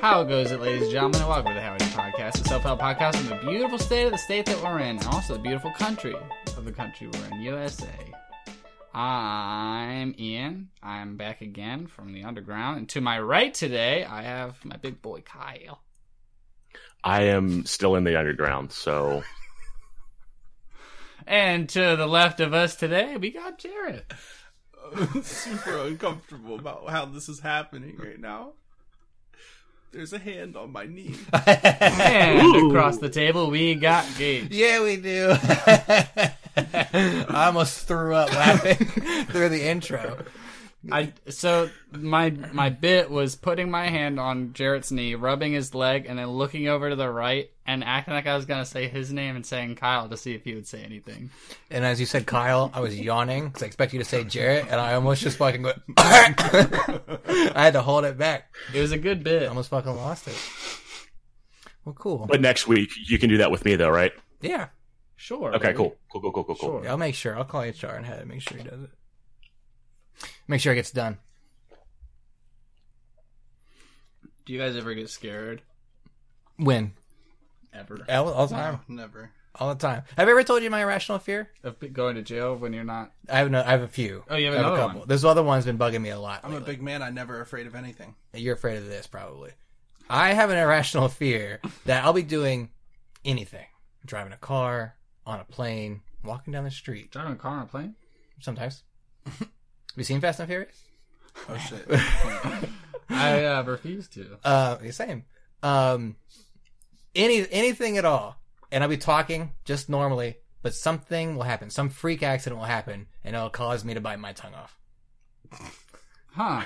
How goes it, ladies and gentlemen? And welcome to the How It Is Podcast, the self-help podcast from the beautiful state of the state that we're in, and also the beautiful country of the country we're in, USA. I'm Ian. I'm back again from the underground, and to my right today, I have my big boy Kyle. I am still in the underground, so And to the left of us today, we got Jared. super uncomfortable about how this is happening right now. There's a hand on my knee. And across the table, we got Gage. Yeah, we do. I almost threw up laughing through the intro. I so my my bit was putting my hand on Jarrett's knee, rubbing his leg, and then looking over to the right and acting like I was gonna say his name and saying Kyle to see if he would say anything. And as you said, Kyle, I was yawning because I expect you to say Jarrett, and I almost just fucking went. I had to hold it back. It was a good I bit. almost fucking lost it. Well, cool. but next week you can do that with me though, right? Yeah, Sure. Okay, baby. cool. Cool, cool, cool, cool, cool. Sure. I'll make sure. I'll call HR and have it make sure he does it. Make sure it gets done. Do you guys ever get scared? When Ever all, all the No, time, never. all the time. Have I ever told you my irrational fear? of going to jail when you're not? I have no. I have a few. Oh, you have I have a another couple. one. This other one's been bugging me a lot. I'm a lately. big man. I'm never afraid of anything. you're afraid of this probably. I have an irrational fear that I'll be doing anything. Driving a car, on a plane, walking down the street. Driving a car on a plane? Sometimes. Have you seen Fast and Furious? Oh shit. I uh, refuse to. Uh the same. Um any anything at all. And I'll be talking just normally, but something will happen. Some freak accident will happen and it'll cause me to bite my tongue off. Huh.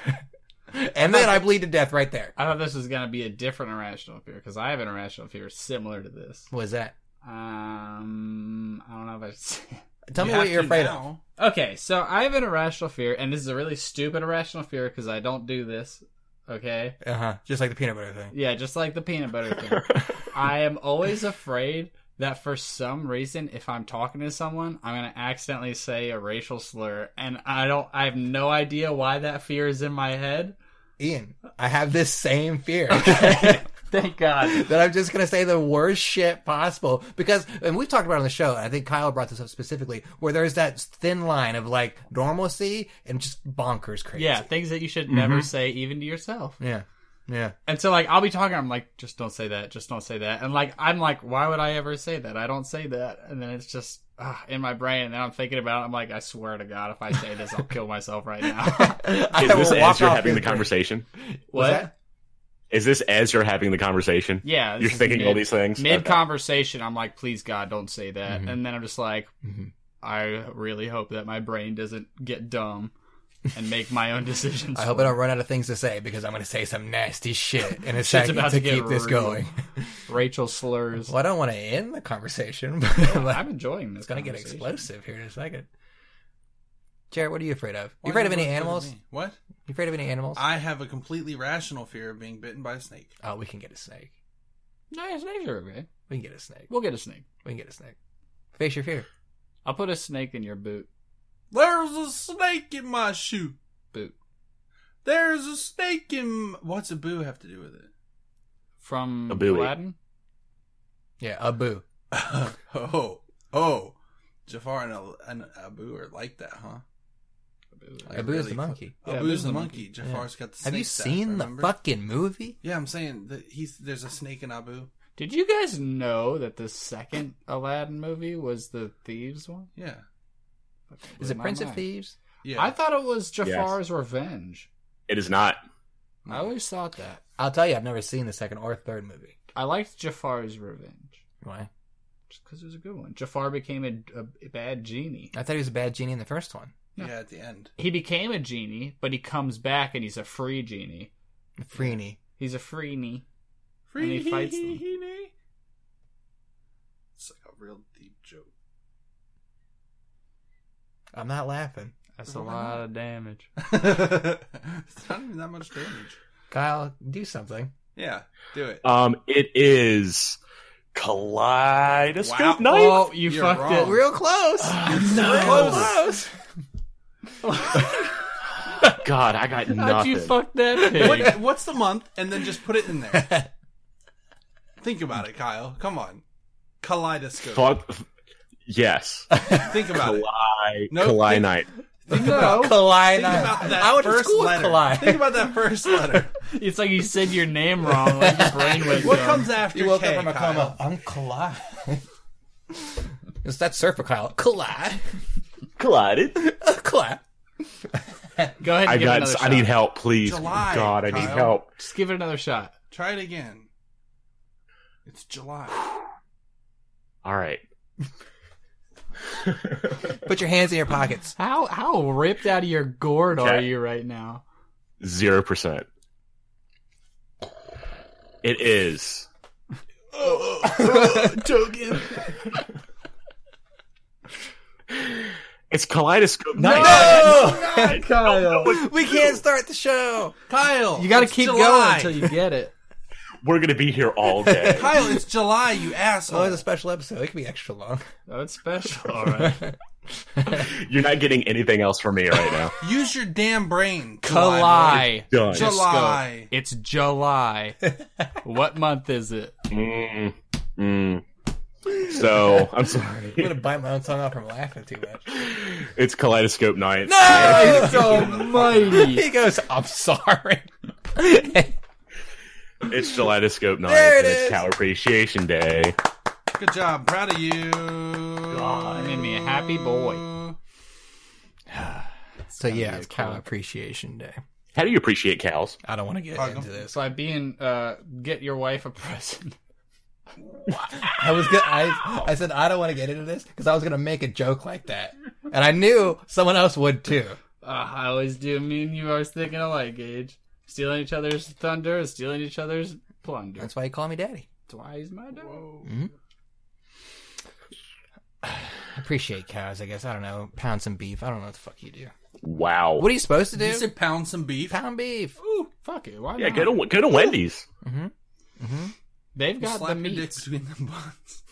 And then I bleed to death right there. I thought this was gonna be a different irrational fear because I have an irrational fear similar to this. What is that? Um, I don't know if I should say. Tell me You what have you're to afraid of. now. Okay, so I have an irrational fear, and this is a really stupid irrational fear because I don't do this. Okay, Uh huh. Just like the peanut butter thing. yeah, just like the peanut butter thing. I am always afraid that for some reason, if I'm talking to someone, I'm gonna accidentally say a racial slur, and I don't. I have no idea why that fear is in my head. Ian, I have this same fear. Thank God. that I'm just going to say the worst shit possible because, and we've talked about it on the show, and I think Kyle brought this up specifically, where there's that thin line of like normalcy and just bonkers crazy. Yeah, things that you should never say, even to yourself. Yeah. Yeah. And so, like, I'll be talking. I'm like, just don't say that. Just don't say that. And like, I'm like, why would I ever say that? I don't say that. And then it's just uh, in my brain. And then I'm thinking about it. I'm like, I swear to God, if I say this, I'll kill myself right now. I Is this will walk as you're off having the this bridge. conversation? what? that? Is this as you're having the conversation? Yeah, this You're is thinking all mid- these things? Mid Okay. conversation, I'm like, please God, don't say that. Mhm. And then I'm just like, Mhm. I really hope that my brain doesn't get dumb and make my own decisions. I hope I don't run out of things to say because I'm going to say some nasty shit in a second about to, to get keep this real. going. Rachel slurs. Well, I don't want to end the conversation, but I'm like, I'm enjoying this. it's going to get conversation. explosive here in a second. Jared, what are you afraid of? Why You afraid are of any afraid animals? me? What? You afraid of any animals? I have a completely rational fear of being bitten by a snake. Oh, we can get a snake. No, snakes are okay. We can get a snake. We'll get a snake. We can get a snake. Face your fear. I'll put a snake in your boot. There's a snake in my shoe. Boot. There's a snake in. What's a boo have to do with from A buoy. Aladdin. Yeah, a boo. it? oh, oh, Jafar and a, and a boo are like that, huh? Like, A boo's really the monkey. Oh, Yeah, Boo's the monkey. Jafar's got the snake. Have you staff, seen the remember? fucking movie? Yeah, I'm saying that he's there's a snake in Abu. Did you guys know that the second Aladdin movie was the thieves one? Yeah, Fucking Is blew it my Prince of mind. Thieves? yeah. I thought it was Jafar's revenge. It is not. I always thought that. I'll tell you, I've never seen the second or third movie. I liked Jafar's revenge Why? just because it was a good one. Jafar became a, a bad genie. I thought he was a bad genie in the first one. yeah, at the end. He became a genie, but he comes back and he's a free genie. Freeney. He's a free knee. And he fights them. It's like a real deep joke. I'm not laughing. That's a lot of damage. it's not even that much damage. Kyle, do something. Yeah, do it. Um, it is kaleidoscope Wow. knife. Oh, you You're fucked wrong. it. Real close. Ah, no. Real close. God, I got How'd nothing. you fuck that pig? What, what's the month? And then just put it in there. Think about it, Kyle. Come on. Kaleidoscope. Fuck- Yes. Think about it. Kali, Nope. Kali Knight. Think No. about, Collide. think about that I went to first school with letter. Collide. Think about that first letter. It's like you said your name wrong. Like um, your brain went What dumb. comes after K, Kyle? I'm Collide. it's that surfer Kyle. Collide. Collided. Collide. Go ahead. And I give It got. another I shot. need help, please. July, God, I need Kyle. help. Just give it another shot. Try it again. It's July. All right. Put your hands in your pockets. How how ripped out of your gourd are Okay. you right now? Zero percent. It is. Token. It's kaleidoscope. Night. No! Kyle, we can't start the show. Kyle. you got to it's keep going July. until you get it. We're gonna be here all day. Kyle, it's July, you Oh, asshole. it's a special episode. It could be extra long. Oh, it's special. All right. You're not getting anything else from me right now. Use your damn brain. July. Done. July. Go. It's July. what month is it? Mm, mm. So I'm I'm gonna sorry. bite my own tongue off from laughing too much. It's kaleidoscope night. Christ he almighty. goes, I'm sorry. It's kaleidoscope night. There it and is. It's Cow Appreciation Day. Boy. Good job. Proud of you. God, you made me a happy boy. so yeah, be it's a Cow cool- Appreciation Day. How do you appreciate cows? I don't want to get Fuck 'em. into this. So I being uh, get your wife a present. I was gonna, I, I said I don't want to get into this because I was gonna make a joke like that, and I knew someone else would too. Uh, I always do. Me and you are thinking alike, Gage. Stealing each other's thunder, and stealing each other's plunder. That's why you call me daddy. Mm-hmm. why he's my dad. Appreciate cows, I guess. I don't know. Pound some beef. I don't know what the fuck you do. Wow. What are you supposed to do? You said pound some beef. Pound beef. Ooh, fuck it. Why yeah, not? go to go to Wendy's. They've You got the slap your meat. dick between the buns.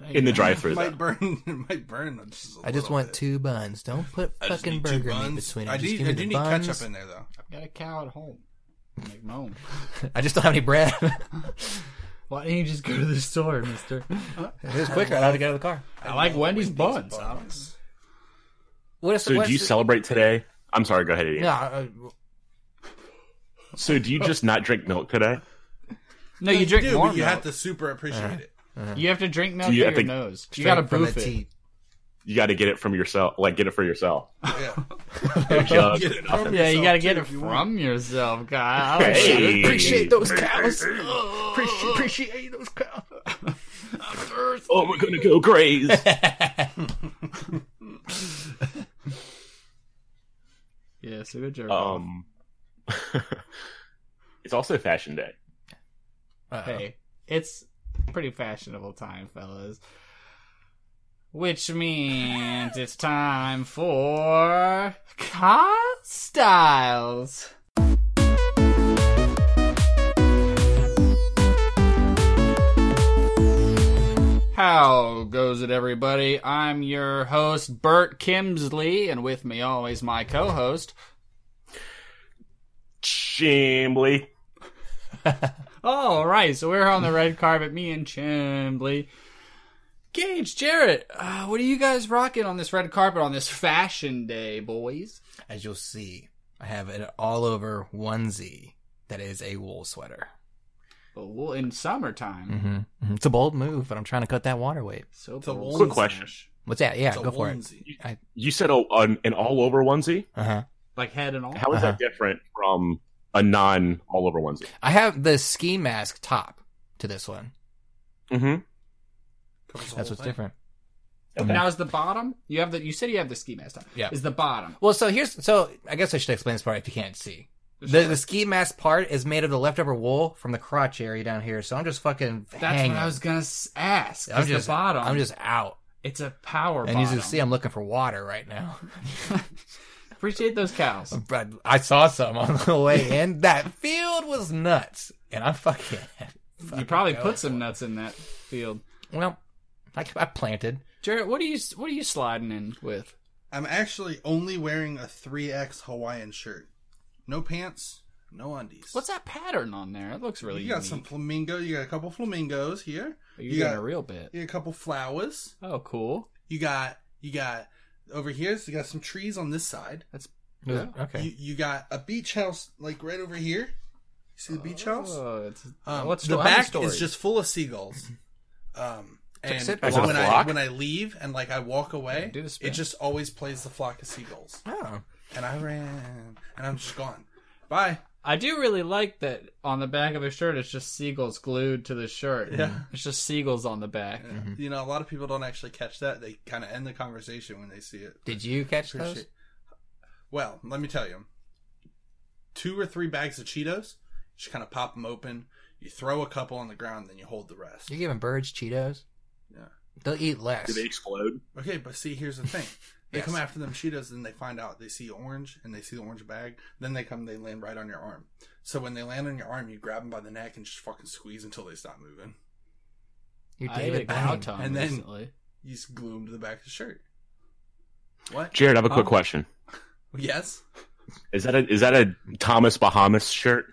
There In the you go. drive-thru. though. might burn. It might burn. them Just a I just little want bit. two buns. Don't put I just fucking need two burger meat buns. between them. I just do, give I me do the need buns. ketchup in there though. Got a cow at home. Make moan. I just don't have any bread. Why didn't you just go to the store, mister? it was quicker. I had to get out of the car. I like Wendy's, buns. Alex. What is? So what's do you the- celebrate today? I'm sorry. Go ahead. Ian. No, uh, So do you just not drink milk today? No, you drink do, warm but you milk. have to super appreciate it. You have to drink milk Do you through have your to- nose. You gotta straight from boof the it. teat. You got to get it from yourself. Like get it for yourself. uh, Yeah. No jug. Get it from Yeah, you yourself, gotta too, get it if you want. from yourself, guy. I don't Hey. Appreciate those cows. Appreciate, appreciate those cows. Oh, we're gonna go graze. Yeah, so good job. um, it's also Fashion Day. hey, it's pretty fashionable time, fellas. Which means it's time for Kyle Styles. How goes it, everybody? I'm your host, Bert Kimsley, and with me always my co-host. Chambly. All right, so we're on the red carpet. Me and Chambly, Gage, Jarrett. Uh, what are you guys rocking on this red carpet on this Fashion Day, boys? As you'll see, I have an all-over onesie that is a wool sweater. But we'll in summertime. Mm-hmm. It's a bold move, but I'm trying to cut that water weight. So It's a bold. woolsey. Quick question. What's that? Yeah, It's a go for it. onesie. You said a, an, an all over onesie. Uh huh. like head and all. How is Uh-huh. that different from a non all over onesie? I have the ski mask top to this one. Mm-hmm. Covers the That's whole what's thing. different. Now is the bottom. You have the. You said you have the ski mask on. Yeah. Is the bottom. Well, so here's so I guess I should explain this part if you can't see. The, the ski mask part is made of the leftover wool from the crotch area down here, so I'm just fucking That's hanging. what I was gonna s- ask. I'm is just the bottom. I'm just out, It's a power. and bottom. you just see I'm looking for water right now. Appreciate those cows. But I saw some on the way in. That field was nuts, and I'm fucking. you probably put some nuts in that field. Well, I, I planted. Jarrett, what are you? What are you sliding in with? I'm actually only wearing a 3X Hawaiian shirt. No pants, no undies. What's that pattern on there? It looks really. You got unique. some flamingo. You got a couple flamingos here. You're you doing got- a real bit. You got a couple flowers. Oh, cool. You got you got over here. So you got some trees on this side. Yeah. Okay. You you got a beach house like right over here. You see the beach house? Oh, it's, Um, what's the how many back stories? is just full of seagulls. Um, and Fix it, Back to the when I flock? when I leave and like I walk away, do the it spin. just always plays the flock of seagulls. oh. And I ran, and I'm just gone. Bye. I do really like that on the back of his shirt. It's just seagulls glued to the shirt. Yeah. it's just seagulls on the back. Mm-hmm. You know, a lot of people don't actually catch that. They kind of end the conversation when they see it. Did you catch Appreciate- those? Well, let me tell you, two or three bags of Cheetos. Just kind of pop them open. You throw a couple on the ground, then you hold the rest. You're giving birds Cheetos? Yeah. They'll eat less. Do they explode? Okay, but see, here's the thing. They Yes. come after them Cheetos, and they find out they see orange, and they see the orange bag. Then they come, they land right on your arm. So when they land on your arm, you grab them by the neck and just fucking squeeze until they stop moving. You're I ate a David cow Blaine. tongue And then- recently. You just glue them to the back of the shirt. What? Jared, I have a quick Um, question. Yes? Is that a is that a Thomas Bahamas shirt?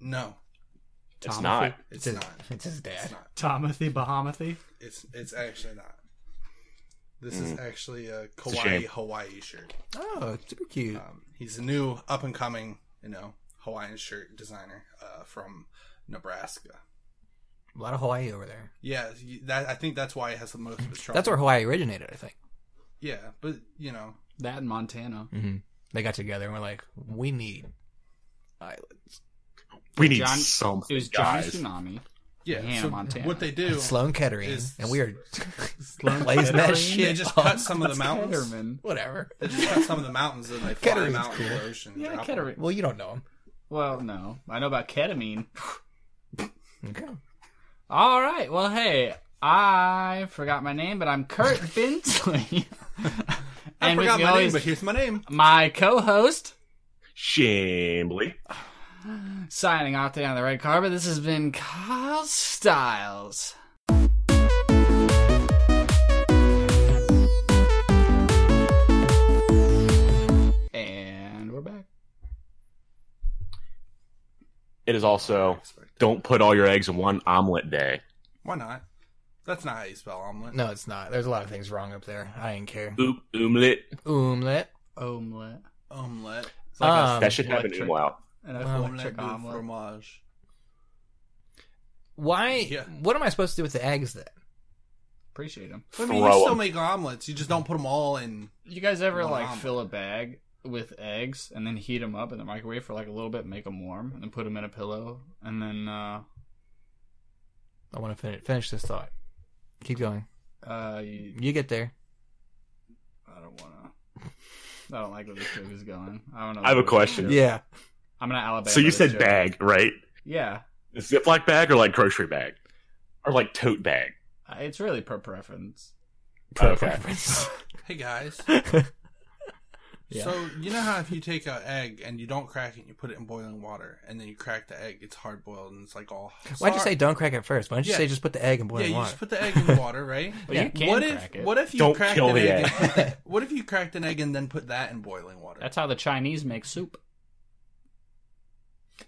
No. It's Tomothy. not. It's It's his, not. it's his It's dad. not. Tomothy Bahamathy. It's it's actually not. This is actually a a Kauai shame. Hawaii shirt. Oh, super cute. Um, he's a new up and coming, you know, Hawaiian shirt designer uh, from Nebraska. A lot of Hawaii over there. Yeah, you- that I think that's why it has the most of its trouble. That's where Hawaii originated, I think. Yeah, but you know, That in Montana. Mm-hmm. They got together and were like, we need. We need John- something. It was Johnny guys. Tsunami. yeah. Hannah, so Montana. what they do, Sloan Kettering. Is- and we are Sloan blazing that Kettering? shit. they just up. cut some of the mountains. Ketterman. Whatever. They just cut some of the mountains and they fly them Kettering's out into cool. the ocean. and Yeah, drop them. Kettering. Well, you don't know him. Well, no, I know about ketamine. Okay. All right. Well, hey, I forgot my name, but I'm Kurt Bentley. I and with forgot me my name, always, but here's my name. my co-host Shambly. signing off today on the red carpet. This has been Kyle Styles. And we're back. It is Oh. also don't put all your eggs in one omelet day. Why not? That's not how you spell omelet. No, it's not. There's a lot of things wrong up there. I didn't care. Oop, omelet. Omelette. Omelette. Omelet. It's like Um, that should happen electric- in wow. An Omelet electric de omelet. fromage. Why? Yeah. What am I supposed to do with the eggs then? Appreciate them. I mean, you Throw still 'em. make omelets. You just don't put them all in. You guys ever One like omelet. fill a bag with eggs and then heat them up in the microwave for like a little bit, make them warm, and then put them in a pillow, and then uh, I want to finish, finish this thought. Keep going. uh, you, You get there. I don't wanna. I don't like where this joke is going. I don't know. I have where a this question. joke- Yeah. I'm gonna Alabama. So you this said joke. bag, right? Yeah, Ziploc bag or like grocery bag? Or like tote bag? I- it's really per preference. Pro Okay. preference. Hey guys. Yeah. So you know how if you take an egg and you don't crack it, you put it in boiling water, and then you crack the egg, it's hard boiled, and it's like all. Why'd you say don't crack it first? Why don't you Yeah. say just put the egg in Yeah, boiling you water? just put the egg in water, right? Well, you can what crack if it. what if you Don't cracked kill an the egg? egg. and put that- what if you cracked an egg and then put that in boiling water? That's how the Chinese make soup.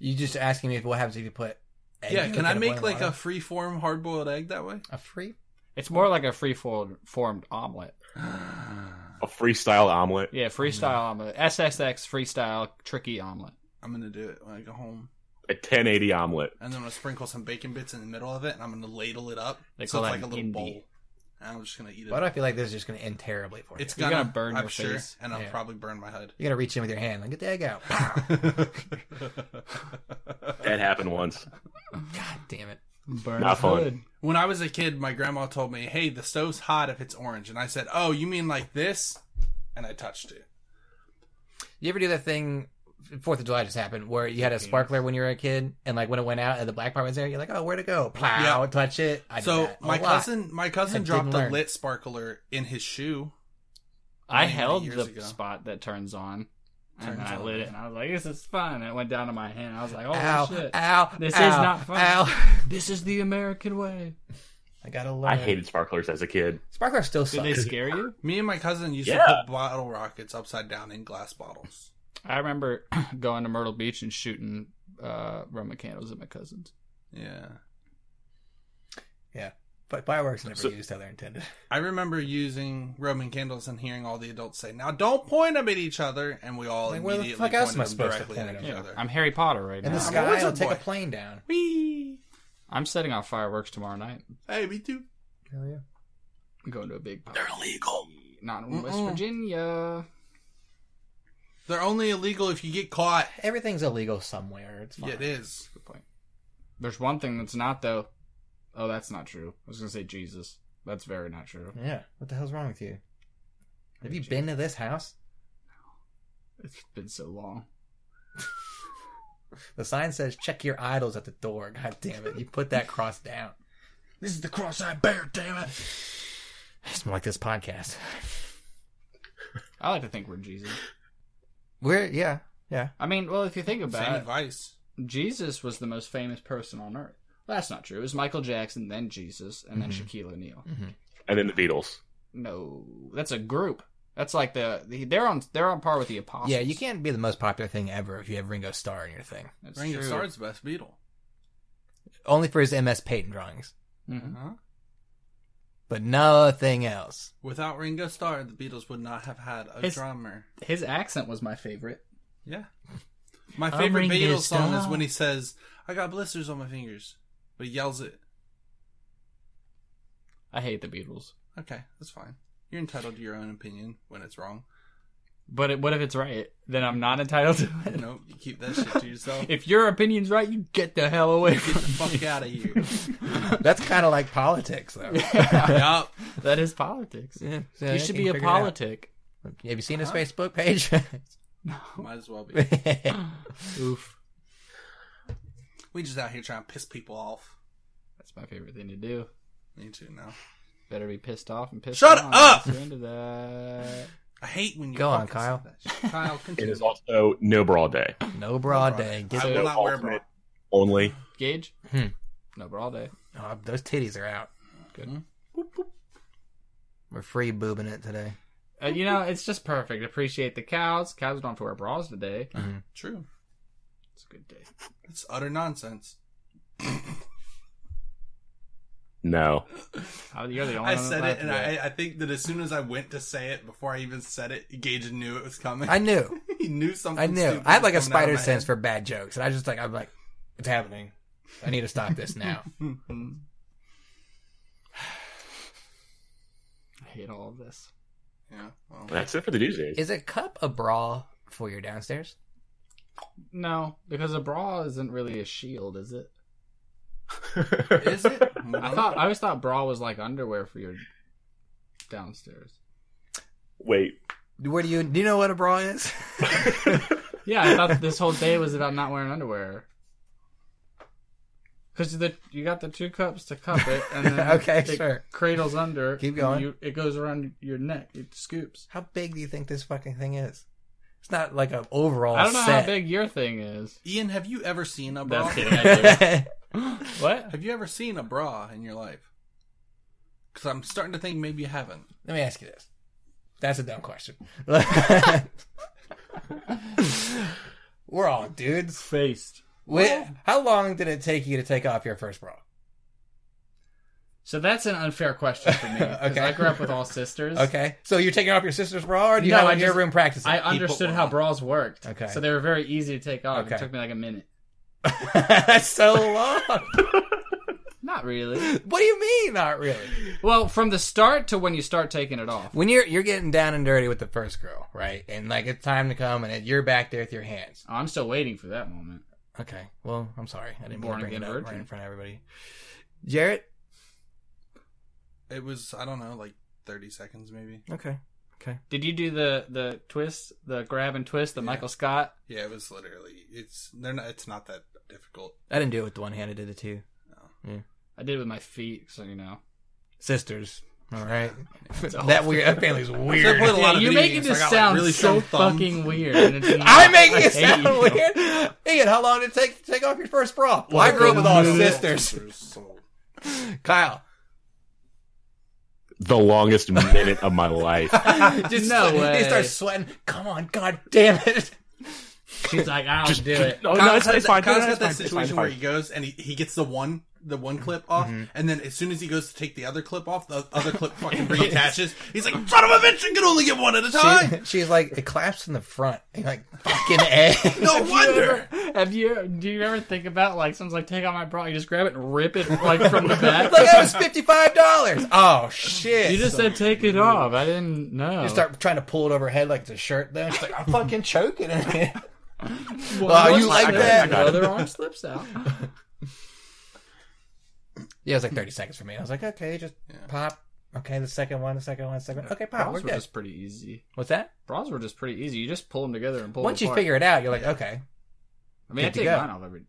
You just asking me if what happens if you put. Egg yeah, can I in make boiling like a water? free form hard boiled egg that way? a free? It's more like a free formed omelet. A freestyle omelet. Yeah, freestyle Mm-hmm. omelet. SSX freestyle tricky omelet. I'm gonna do it when I go home, A 1080 omelet. and then I'm gonna sprinkle some bacon bits in the middle of it, and I'm gonna ladle it up They so call it's that like a an little indie. bowl. And I'm just gonna eat it. Why do I feel like this is just going to end terribly for you? It's You're gonna, gonna burn I'm your sure, face. and I'll Yeah. probably burn my hood. You're going to reach in with your hand and get the egg out. That happened once. God damn it. Burn Not fun. when I was a kid, my grandma told me, "Hey, the stove's hot if it's orange," and I said, "Oh, you mean like this?" And I touched it. You ever do that thing? Fourth of July just happened where you had a sparkler when you were a kid, and like when it went out and the black part was there, you're like, oh, where to go? Plow, Yeah. touch it. I did so that a my lot. cousin, my cousin I dropped didn't a learn. lit sparkler in his shoe. I many, many held years the ago. spot that turns on, and Turns I on. lit it, and I was like, "This is fun." And it went down to my hand. I was like, "Oh ow, shit, ow, This ow, is not fun. Ow. this is the American way." I got a little. I hated sparklers as a kid. Sparkler still Did sucks. they scare you? Me and my cousin used to Yeah. put bottle rockets upside down in glass bottles. I remember going to Myrtle Beach and shooting uh, Roman candles at my cousins. Yeah. But fireworks never So- used how they're intended. I remember using Roman candles and hearing all the adults say, "Now don't point them at each other," and we all Like, where the immediately fuck pointed else am I them supposed to directly point at at each them? other. I'm Harry Potter right In now. I'm the a sky, wizard it'll take boy. a plane down. Whee! I'm setting off fireworks tomorrow night. Hey, me too. Hell yeah. I'm going to a big party. They're illegal. Not in West Mm-mm. Virginia. They're only illegal if you get caught. Everything's illegal somewhere. It's fine. Yeah, it is. Good point. There's one thing that's not though. Oh, that's not true. I was gonna say Jesus. That's very not true. Yeah. What the hell's wrong with you? Have you Jesus. been to this house? It's been so long. The sign says check your idols at the door. God damn it. You put that cross down. This is the cross I bear, damn it. It's more like this podcast. I like to think we're Jesus. We're, yeah. Yeah. I mean, well, if you think Same about advice. it, Jesus was the most famous person on earth. That's not true. It was Michael Jackson, then Jesus, and Mm-hmm. then Shaquille O'Neal. And then the Beatles. No, that's a group. That's like the the- they're on they're on par with the apostles. Yeah, you can't be the most popular thing ever if you have Ringo Starr in your thing. That's Ringo true. Starr's the best beetle. Only for his MS Peyton drawings, Mhm. Mm-hmm. Huh? but nothing else. Without Ringo Starr, the Beatles would not have had a His- drummer. His accent was my favorite. Yeah. My I'm favorite Ringo Beatles song is Starr. when he says, "I got blisters on my fingers," but he yells it. I hate the Beatles. Okay, that's fine. You're entitled to your own opinion when it's wrong. But it, what if it's right? Then I'm not entitled to it. Nope, you keep that shit to yourself. If your opinion's right, you get the hell away Get from the me. fuck out of here. That's kind of like politics, though. yup. That is politics. Yeah, so You should can be a figure it out. politic. Have you seen his Facebook page? Might as well be. Oof. We just out here trying to piss people off. That's my favorite thing to do. Me too now. Better be pissed off and pissed Shut on. up! That's the end of that. I hate when you Go on, fucking say Kyle. that shit. Kyle, It continue. is also no bra day. no bra day. Get I So will not wear a bra. alternate only. Gage? Hmm. No, but all day. Oh, those titties are out. Good. We're free boobing it today. Uh, you know, it's just perfect. Appreciate the cows. Cows don't have to wear bras today. True. It's a good day. It's utter nonsense. No. Uh, You're the only I one that said it, laughed and at that. I, I think that as soon as I went to say it, before I even said it, Gage knew it was coming. I knew. he knew something. I knew. stupid I had was like coming a out of spider my sense head. for bad jokes, and I just like I'm like, it's happening. I need to stop this now. Mhm. I hate all of this. yeah. Well, That's it for the Tuesdays. Is a cup a bra for your downstairs? No, because a bra isn't really a shield, is it? is it? I thought I always thought bra was like underwear for your downstairs. Wait. Where do you do you know what a bra is? Yeah, I thought this whole day was about not wearing underwear. Because the you got the two cups to cup it, and then Okay, it sure. cradles under. Keep and going. You, it goes around your neck. It scoops. How big do you think this fucking thing is? It's not like an overall I don't know set. how big your thing is. Ian, have you ever seen a bra? That's kidding. I do. what? Have you ever seen a bra in your life? Because I'm starting to think maybe you haven't. Let me ask you this. That's a dumb question. We're all dudes. Faced. Wait, how long did it take you to take off your first bra? So that's an unfair question for me. 'cause Okay. I grew up with all sisters. Okay, so you're taking off your sister's bra, or do you No, have it I in your just- room practicing? I understood one how on. bras worked. Okay. So they were very easy to take off. Okay. It took me like a minute. That's so long. Not really. what do you mean, not really? Well, from the start to when you start taking it off. When you're you're getting down and dirty with the first girl, right? And like it's time to come, and you're back there with your hands. I'm still waiting for that moment. Okay. Well, I'm sorry. I didn't Born want to bring again it up virgin. right in front of everybody. Jarrett. It was I don't know, like thirty seconds maybe. Okay. Did you do the the twist, the grab and twist, the Michael Scott? Yeah, it was literally. It's they're not. It's not that difficult. I didn't do it with the one hand. I did the two I did it with my feet, so you know. sisters. All right. awful. that weird. That family's I played weird. a lot of you're video making games, so I this got, like, sound really so strong thumbs. fucking weird. and it's not. I'm making I it hate sound you. weird. Ian, how long did it take to take off your first bra? Well, I grew up with all Little sisters. sisters, so- Kyle, the longest minute of my life. just No They way. start sweating. Come on, god damn it. She's like, I'll Just do it. No, no, Kyle's it's, had it's that- fine. No, Kyle's no, had it's fine. It's that fine. Mm-hmm. It's situation where he fine. goes and he, he gets the one the one clip off, and then as soon as he goes to take the other clip off, the other clip fucking reattaches. He's like, "Son of a bitch, you can only get one at a time." She, she's like, it collapsed in the front. And you're like, fucking egg. no wonder. Have you? Do you ever think about like someone's like, take out my bra? You just grab it and rip it like from the back. like that was fifty five dollars. Oh shit! you just said take it off. I didn't know. You start trying to pull it over her head like the shirt. Then she's like, I'm fucking choking. Well, Wow, what's you like that? I that? got it. The other arm slips out. Yeah, it was like 30 seconds for me. I was like, okay, just pop. Okay, the second one, the second one, the second one. Okay, pop. We're Bras were good. just pretty easy. What's that? Bras were just pretty easy. You just pull them together and pull. Once them you apart. figure it out, you're like, okay. I mean, I good to take go. mine off every.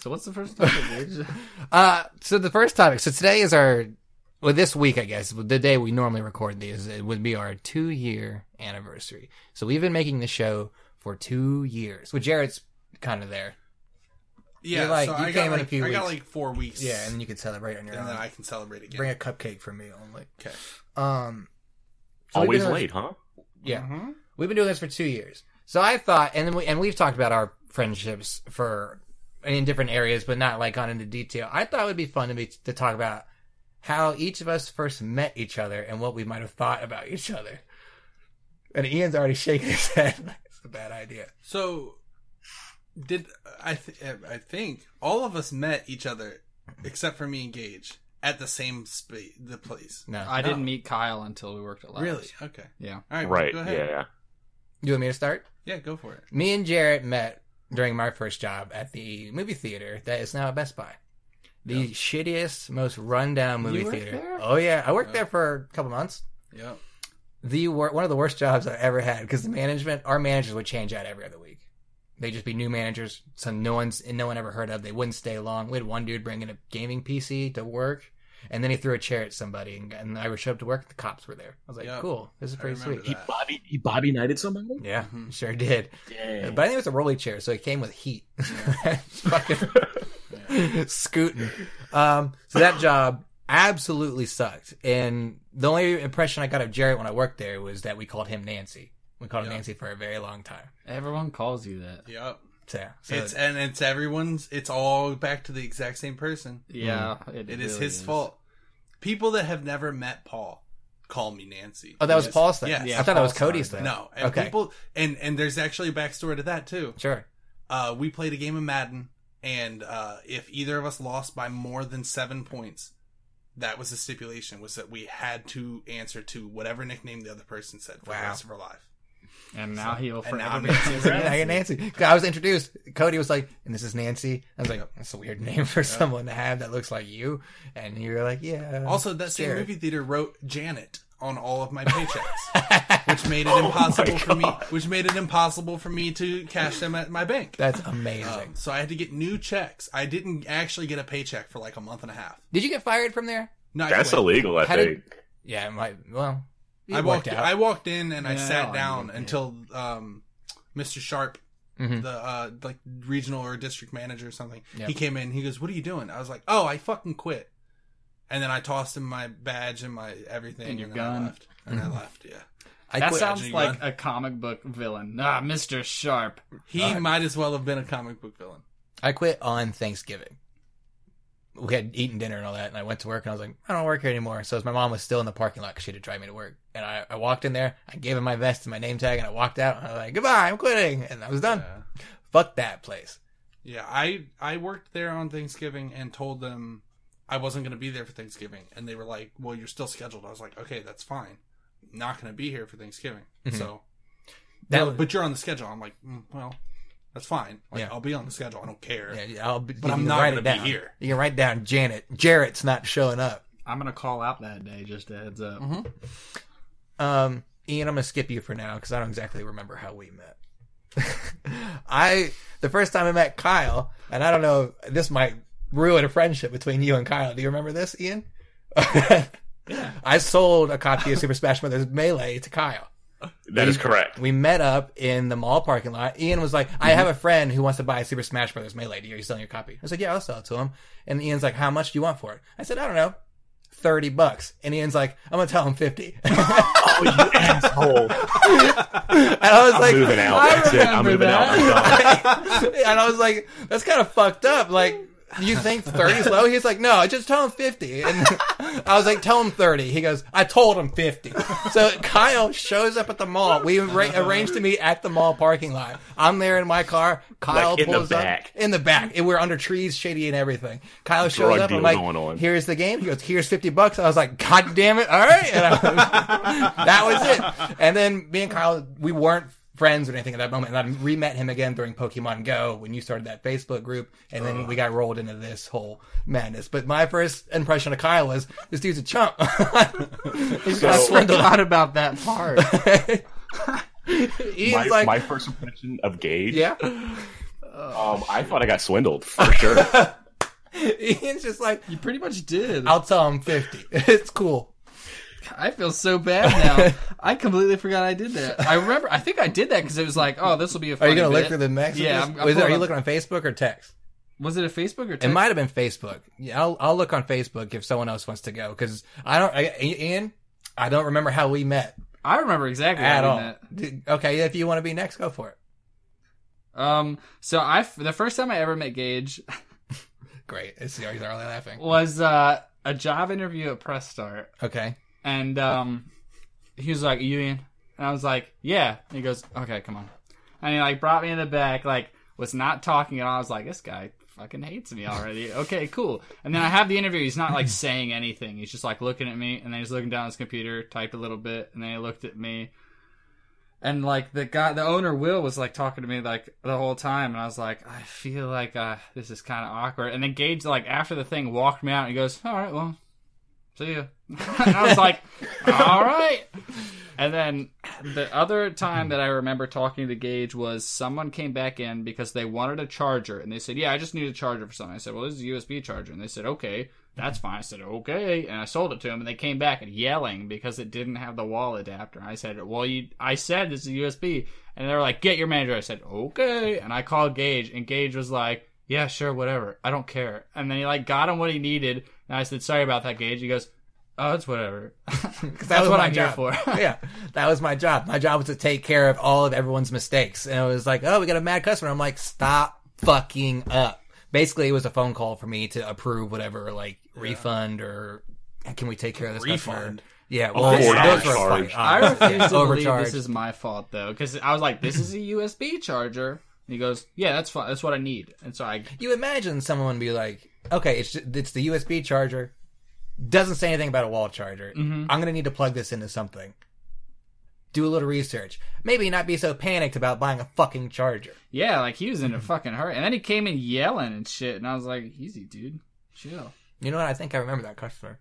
so what's the first topic, dude? Uh, so the first topic. So today is our, well, this week, I guess, the day we normally record these, it would be our two year anniversary. So we've been making the show for two years. Well, Jared's kind of there. Yeah, You're like, so you I came got in like, a few I got weeks. like four weeks. and you can celebrate on your and then I can celebrate again. Bring a cupcake for me only. okay, Um, so we've Always been doing- late, huh? Yeah. Mhm. We've been doing this for two years. So I thought, and then we, and we've talked about our friendships for in different areas, but not like gone into detail. I thought it would be fun to be to talk about how each of us first met each other and what we might have thought about each other. And Ian's already shaking his head. It's a bad idea. so did I? Th- I think all of us met each other except for me and Gage at the same space, the place. No, I didn't meet Kyle until we worked at Lowe's. Really? Okay. Yeah. All right. Right. Go Yeah. ahead. yeah. You want me to start? Yeah, go for it. Me and Jarrett met during my first job at the movie theater that is now a Best Buy. The shittiest, most rundown movie You worked theater. there? Oh yeah, I worked Oh. there for a couple months. Yep. the wor- one of the worst jobs I ever had because the management, our managers would change out every other week. They'd just be new managers, so no one's and no one ever heard of. They wouldn't stay long. We had one dude bringing a gaming PC to work, and then he threw a chair at somebody, and, and I showed up to work. The cops were there. I was like, Yeah. "Cool, this is I pretty remember sweet." that. Bobby, he Bobby knighted somebody. Yeah, Mhm. sure did. Dang. But I think it was a rolly chair, so it came with heat. Fucking scooting. Um, so that job absolutely sucked. And the only impression I got of Jarrett when I worked there was that we called him Nancy. We called him Yeah. Nancy for a very long time. Everyone calls you that. Yep. So, so It's and it's everyone's. It's all back to the exact same person. Yeah, It is really his fault. People that have never met Paul call me Nancy. oh, that was Yes. Paul's thing. Yes. Yeah, I thought that was Paul's Cody's thing. thing. No, and Okay. people and and there's actually a backstory to that too. Sure. Uh, we played a game of Madden, and uh, if either of us lost by more than seven points, that was the stipulation was that we had to answer to whatever nickname the other person said for the Wow. rest of our life. And now he will And now forever I'm be Nancy Nancy. Yeah, I got Nancy. 'Cause I was introduced. Cody was like, "And this is Nancy." I was like, "That's a weird name for someone to have that looks like you." And you were like, "Yeah." Also, that same Jared. movie theater wrote Janet on all of my paychecks, which made it Oh impossible for me. Which made it impossible for me to cash them at my bank. that's amazing. Um, so I had to get new checks. I didn't actually get a paycheck for like a month and a half. Did you get fired from there? No, I That's quit. illegal, I How think. did- Yeah, it might. Well, it I walked. worked out. I walked in and I Yeah, I sat don't down know. until um, Mr. Sharp, Mhm. Mm-hmm. the uh, like regional or district manager or something, Yep. he came in. He goes, "What are you doing?" I was like, "Oh, I fucking quit." And then I tossed him my badge and my everything And your then I gun. left. And I left. Yeah, I That quit. sounds Imagine like you a comic book villain. Ah, Mr. Sharp. he Alright. might as well have been a comic book villain. I quit on Thanksgiving. We had eaten dinner and all that, and I went to work, and I was like, I don't work here anymore. So as my mom was still in the parking lot, 'cause she had to drive me to work, and I, I walked in there, I gave him my vest and my name tag, and I walked out, and I was like, goodbye, I'm quitting, and I was done. Yeah. Fuck that place. Yeah, I I worked there on Thanksgiving and told them I wasn't going to be there for Thanksgiving, and they were like, "Well, you're still scheduled." I was like, "Okay, that's fine. Not going to be here for Thanksgiving." Mhm. So, That "Well, was- but you're on the schedule. I'm like, mm, well, that's fine. Like, Yeah. I'll be on the schedule. I don't care. Yeah, I'll be, But you I'm can not write gonna it be down. here. You can write down Janet. Jarrett's not showing up. I'm gonna call out that day. Just a heads up. Um, Ian, I'm gonna skip you for now because I don't exactly remember how we met. I the first time I met Kyle, and I don't know. This might ruin a friendship between you and Kyle. Do you remember this, Ian? I sold a copy of Super Smash Brothers Melee to Kyle. That is correct. We met up in the mall parking lot. Ian was like, I have a friend who wants to buy Super Smash Brothers Melee. Do you selling your copy? I was like, yeah, I'll sell it to him. And Ian's like, how much do you want for it? I said, I don't know. 30 bucks. And Ian's like, I'm going to tell him 50. and I Oh, you asshole! was I'm like, moving out. I That's it. I'm remember moving out. I'm that. done. and I was like, that's kind of fucked up. Like, you think 30 is low? He's like, no, just tell him 50. And I was like, tell him 30. He goes, I told him 50. So Kyle shows up at the mall. We arra- arranged to meet at the mall parking lot. I'm there in my car. Kyle Like, in the pulls up back. in the back. And we're under trees, shady and everything. Kyle shows Drug up. deal I'm like, going on. here's the game. He goes, here's 50 bucks. I was like, God damn it. All right. And I, that was it. And then me and Kyle, we weren't friends or anything at that moment. And I re-met him again during Pokemon Go when you started that Facebook group. And then we got rolled into this whole madness. But my first impression of Kyle was, this dude's a chump. He's got So- swindled. Forgot about that part. He's My, like, my first impression of Gage. yeah. Um, I thought I got swindled for sure. Ian's just like, you pretty much did. I'll tell him 50. It's cool. I feel so bad now. I completely forgot I did that. I remember. I think I did that because it was like, oh, this will be a. Are Funny you going to bit. look through the messages? Yeah, I'm- I'm Was it- are pulling you up- looking on Facebook or text? Was it a Facebook or? It Text? might have been Facebook. Yeah, I'll, I'll look on Facebook if someone else wants to go because I don't. I, Ian, I don't remember how we met I remember exactly how at we all. met. Did- Okay, if you want to be next, go for it. Um. So I, f- the first time I ever met Gage Great. It's he's already laughing. was uh, a job interview at Press Start, Okay. and um, he was like, "You in?" And I was like, "Yeah." And he goes, "Okay, come on." And he like brought me in the back, like was not talking at all. I was like, "This guy fucking hates me already." okay, cool. And then I have the interview. He's not like saying anything. He's just like looking at me, and then he's looking down at his computer, typed a little bit, and then he looked at me. And like the guy, the owner Will was like talking to me like the whole time, and I was like, I feel like uh, this is kind of awkward. And then Gage like after the thing walked me out, and he goes, "All right, well, see ya." and I was like, "All right." And then the other time that I remember talking to Gage was someone came back in because they wanted a charger, and they said, "Yeah, I just need a charger for something." I said, "Well, this is a USB charger," and they said, "Okay." That's fine. I said, okay. And I sold it to him and they came back yelling because it didn't have the wall adapter. I said, well, you, I said this is USB. And they were like, get your manager. I said, okay. And I called Gage and Gage was like, yeah, sure, whatever. I don't care. And then he like got him what he needed. And I said, sorry about that, Gage. He goes, oh, it's whatever. That's was what my I'm job. here for. yeah, that was my job. My job was to take care of all of everyone's mistakes. And it was like, oh, we got a mad customer. I'm like, stop fucking up. Basically, it was a phone call for me to approve whatever, like refund or can we take care of this customer? Refund? Yeah, Oh, well, those, those were overcharge. fucking I obvious. refuse Yeah, to believe overcharge. this is my fault though, because I was like, this is a USB charger. And he goes, yeah, that's fine. That's what I need. And so I you imagine someone would be like, okay, it's it's the USB charger. Doesn't say anything about a wall charger. Mm-hmm. I'm gonna need to plug this into something. Do a little research. Maybe not be so panicked about buying a fucking charger. Yeah, like he was in a fucking hurry, and then he came in yelling and shit, and I was like, "Easy, dude, chill." You know what? I think I remember that customer,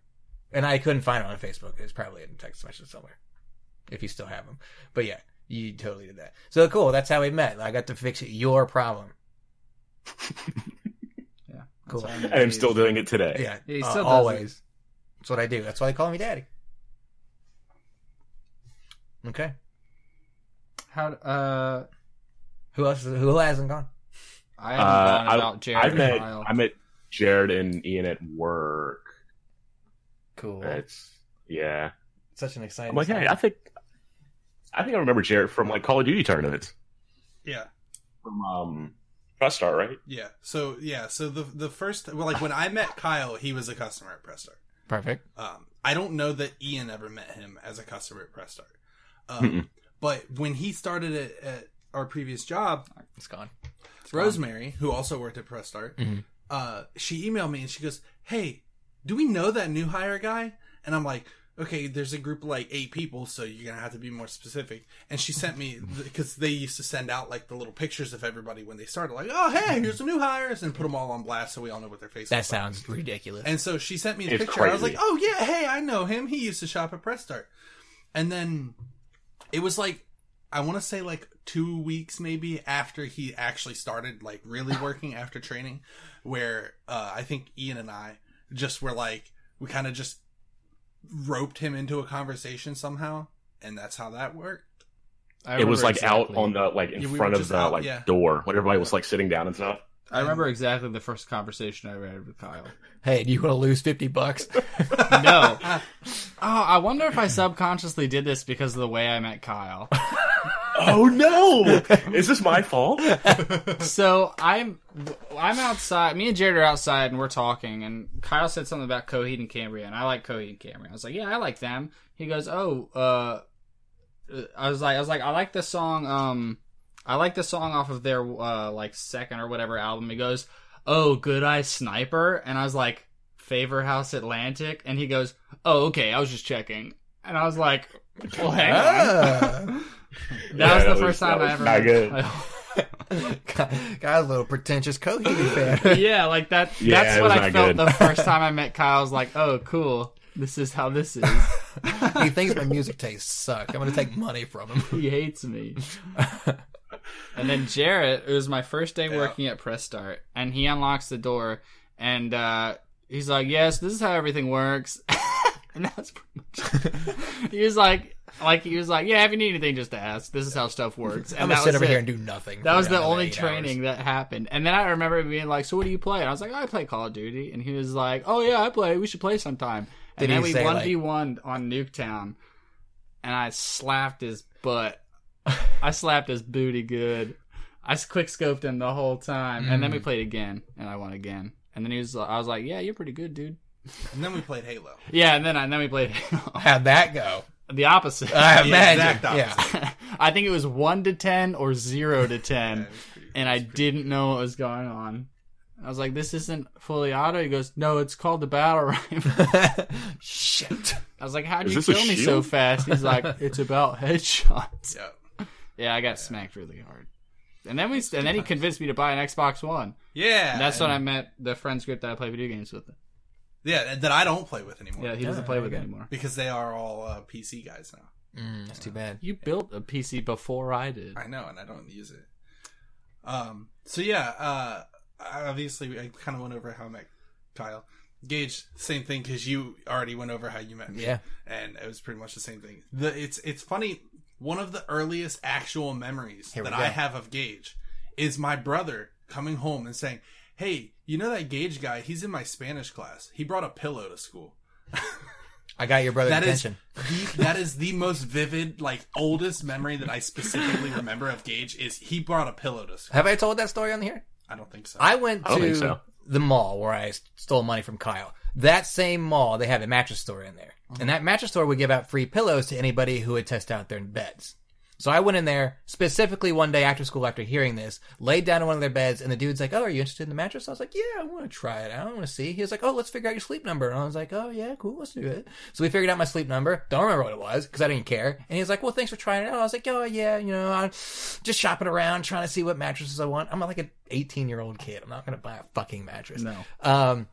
and I couldn't find him on Facebook. It was probably in a text message somewhere, if you still have him. But yeah, you totally did that. So cool. That's how we met. I got to fix your problem. Yeah, that's Cool. how I and met I'm Gage. still doing it today. Yeah, Yeah, he uh, still does always. That's what I do. That's why they call me daddy. Okay. How? Uh, Who else? Is, who hasn't gone? I haven't Uh, gone I, about Jared. I in a met while. I met Jared and Ian at work. Cool. That's yeah. Such an exciting. I'm like, hey, I think I think I remember Jared from like Call of Duty tournaments Yeah. from um, Press Start, right? Yeah. So yeah. So the the first well, like when I met Kyle, he was a customer at Prestar. perfect. Um, I don't know that Ian ever met him as a customer at Prestar. Um, but when he started at, at our previous job, It's gone. Rosemary, who also worked at Press Start, Mhm. uh, she emailed me and she goes, "Hey, do we know that new hire guy?" And I'm like, "Okay, there's a group of like eight people, so you're gonna have to be more specific." And she sent me because they used to send out like the little pictures of everybody when they started, like, "Oh, hey, here's the new hires," and put them all on blast so we all know what their face. That looks like. sounds ridiculous. And so she sent me the It's picture. I was crazy. like, "Oh yeah, hey, I know him. He used to shop at Press Start." And then it was like I want to say like 2 weeks maybe after he actually started like really working after training where uh I think Ian and I just were like we kind of just roped him into a conversation somehow and that's how that worked. I it was remember like exactly- out on the like in Yeah, we front were of just the out, like yeah. door when everybody was like sitting down and stuff. I remember exactly the first conversation I had with Kyle. Hey, do you want to lose fifty bucks? No. oh, I wonder if I subconsciously did this because of the way I met Kyle. Oh no! Is this my fault? so I'm I'm outside. Me and Jared are outside, and we're talking. And Kyle said something about Coheed and Cambria, and I like Coheed and Cambria. I was like, yeah, I like them. He goes, oh, uh, I was like, I was like, I like the song. Um, I like the song off of their uh like second or whatever album. He goes, oh, Good Eye Sniper, and I was like, Favor House Atlantic, and he goes, oh, okay, I was just checking, and I was like, well, hang on. Ah. that Yeah, was the that first was- time that I was ever. not met good. Kyle. Got a little pretentious Coheed fan. yeah, like that. Yeah, that's it what was I not felt good. the first time I met Kyle. I was like, oh, cool. This is how this is. he thinks my music tastes suck. I'm gonna take money from him. he hates me. and then Jarrett, it was my first day working at Press Start, and he unlocks the door, and uh, he's like, "Yes, this is how everything works." and that's pretty much. he was like, like he was like, "Yeah, if you need anything, just ask. This is how stuff works." And I'm that gonna sit was over it. here and do nothing. That for was the another only eight training hours. that happened. And then I remember him being like, So what do you play? And I was like, I play Call of Duty. And he was like, Oh, yeah, I play. We should play sometime. And Did then he we say, 1v1'd on Nuketown. And I slapped his butt. I slapped his booty good. I quick scoped him the whole time. And Mm. then we played again. And I won again. And then he was, I was like, Yeah, you're pretty good, dude. And then we played Halo. Yeah, and then I, and then we played How'd that go? the opposite. I The imagine. exact opposite. Yeah. I think it was one to ten or zero to ten, and I didn't know what was going on. I was like, "This isn't fully auto." He goes, "No, it's called the battle rifle." Shit. I was like, "How do Is you this a kill me so shield?" fast?" He's like, "It's about headshots." Yeah. Yeah, I got smacked really hard, and then we and then he convinced me to buy an Xbox One. Yeah. And that's when I met the friend's group that I play video games with. Yeah, that I don't play with anymore. Yeah, he doesn't Yeah, play with okay. anymore. Because they are all uh, PC guys now. Mm, that's too bad. You built a PC before I did. I know, and I don't use it. Um. So yeah. Uh. Obviously, I kind of went over how I met Kyle. Gage, same thing because you already went over how you met me. Yeah. And it was pretty much the same thing. The it's it's funny. One of the earliest actual memories Here we that I go. have of Gage is my brother coming home and saying, "Hey, you know that Gage guy? He's in my Spanish class. He brought a pillow to school." I got your brother's That is attention. the, that is the most vivid, like oldest memory that I specifically remember of Gage is he brought a pillow to school. Have I told that story on here? I don't think so. I went I don't to think so. the mall where I s- stole money from Kyle. That same mall, they have a mattress store in there. Mm-hmm. And that mattress store would give out free pillows to anybody who would test out their beds. So I went in there specifically one day after school after hearing this, laid down on one of their beds, and the dude's like, Oh, are you interested in the mattress? I was like, Yeah, I want to try it. I want to see. He was like, Oh, let's figure out your sleep number. And I was like, Oh, yeah, cool. Let's do it. So we figured out my sleep number. Don't remember what it was because I didn't care. And he was like, Well, thanks for trying it out. I was like, Oh, yeah, you know, I'm just shopping around trying to see what mattresses I want. I'm like an 18 year old kid. I'm not going to buy a fucking mattress. No. Um,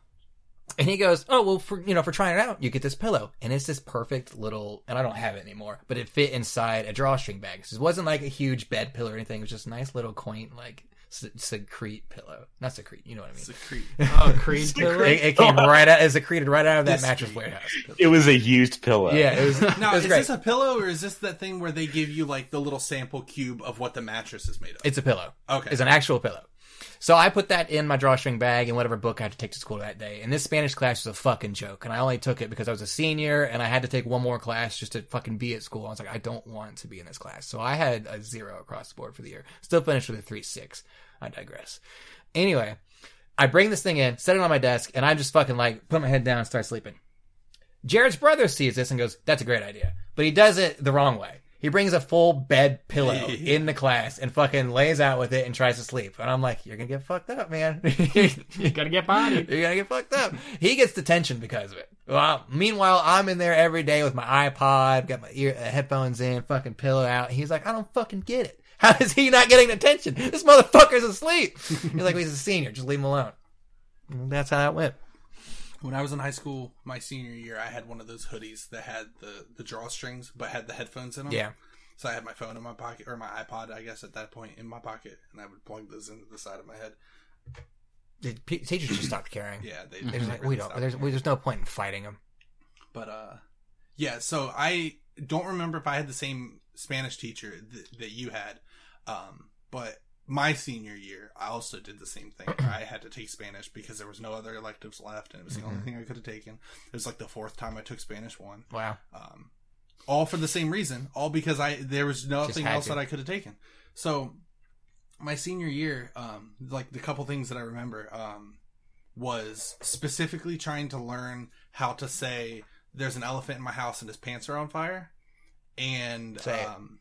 and he goes, "Oh well, for you know, for trying it out, you get this pillow, and it's this perfect little, and I don't have it anymore, but it fit inside a drawstring bag. So it wasn't like a huge bed pillow or anything. It was just a nice little quaint like se- secrete pillow, not secrete. You know what I mean? Secret. Oh, Creed. Taylor? It, it came right out, it secreted right out of that mattress warehouse. It was a used pillow. Yeah, it was. Now, it was is great. this a pillow or is this that thing where they give you like the little sample cube of what the mattress is made of? It's a pillow. Okay. It's an actual pillow. So I put that in my drawstring bag and whatever book I had to take to school that day. And this Spanish class was a fucking joke. And I only took it because I was a senior and I had to take one more class just to fucking be at school. I was like, I don't want to be in this class. So I had a zero across the board for the year. Still finished with a three six. I digress. Anyway, I bring this thing in, set it on my desk, and I just fucking like put my head down and start sleeping. Jared's brother sees this and goes, "That's a great idea," but he does it the wrong way. He brings a full bed pillow in the class and fucking lays out with it and tries to sleep. And I'm like, "You're gonna get fucked up, man. You gotta get bodied. You're gonna get fucked up." He gets detention because of it. Well, meanwhile, I'm in there every day with my iPod, got my ear uh, headphones in, fucking pillow out. He's like, "I don't fucking get it. How is he not getting detention? This motherfucker's asleep." He's like, well, "He's a senior. Just leave him alone." And that's how that went. when I was in high school, my senior year, I had one of those hoodies that had the, the drawstrings but had the headphones in them. Yeah. So I had my phone in my pocket or my iPod, I guess, at that point in my pocket, and I would plug those into the side of my head. The pe- teachers just stopped caring. Yeah, they. They're just like, we don't. There's, we, there's no point in fighting them. But uh yeah, so I don't remember if I had the same Spanish teacher th- that you had. Um, but my senior year, I also did the same thing. where I had to take Spanish because there was no other electives left, and it was the only Mhm. thing I could have taken. It was like the fourth time I took Spanish one. Wow. Um, all for the same reason. All because I there was nothing had else to. that I could have taken. So my senior year, um, like the couple things that I remember, um, was specifically trying to learn how to say there's an elephant in my house and his pants are on fire. And Say it. um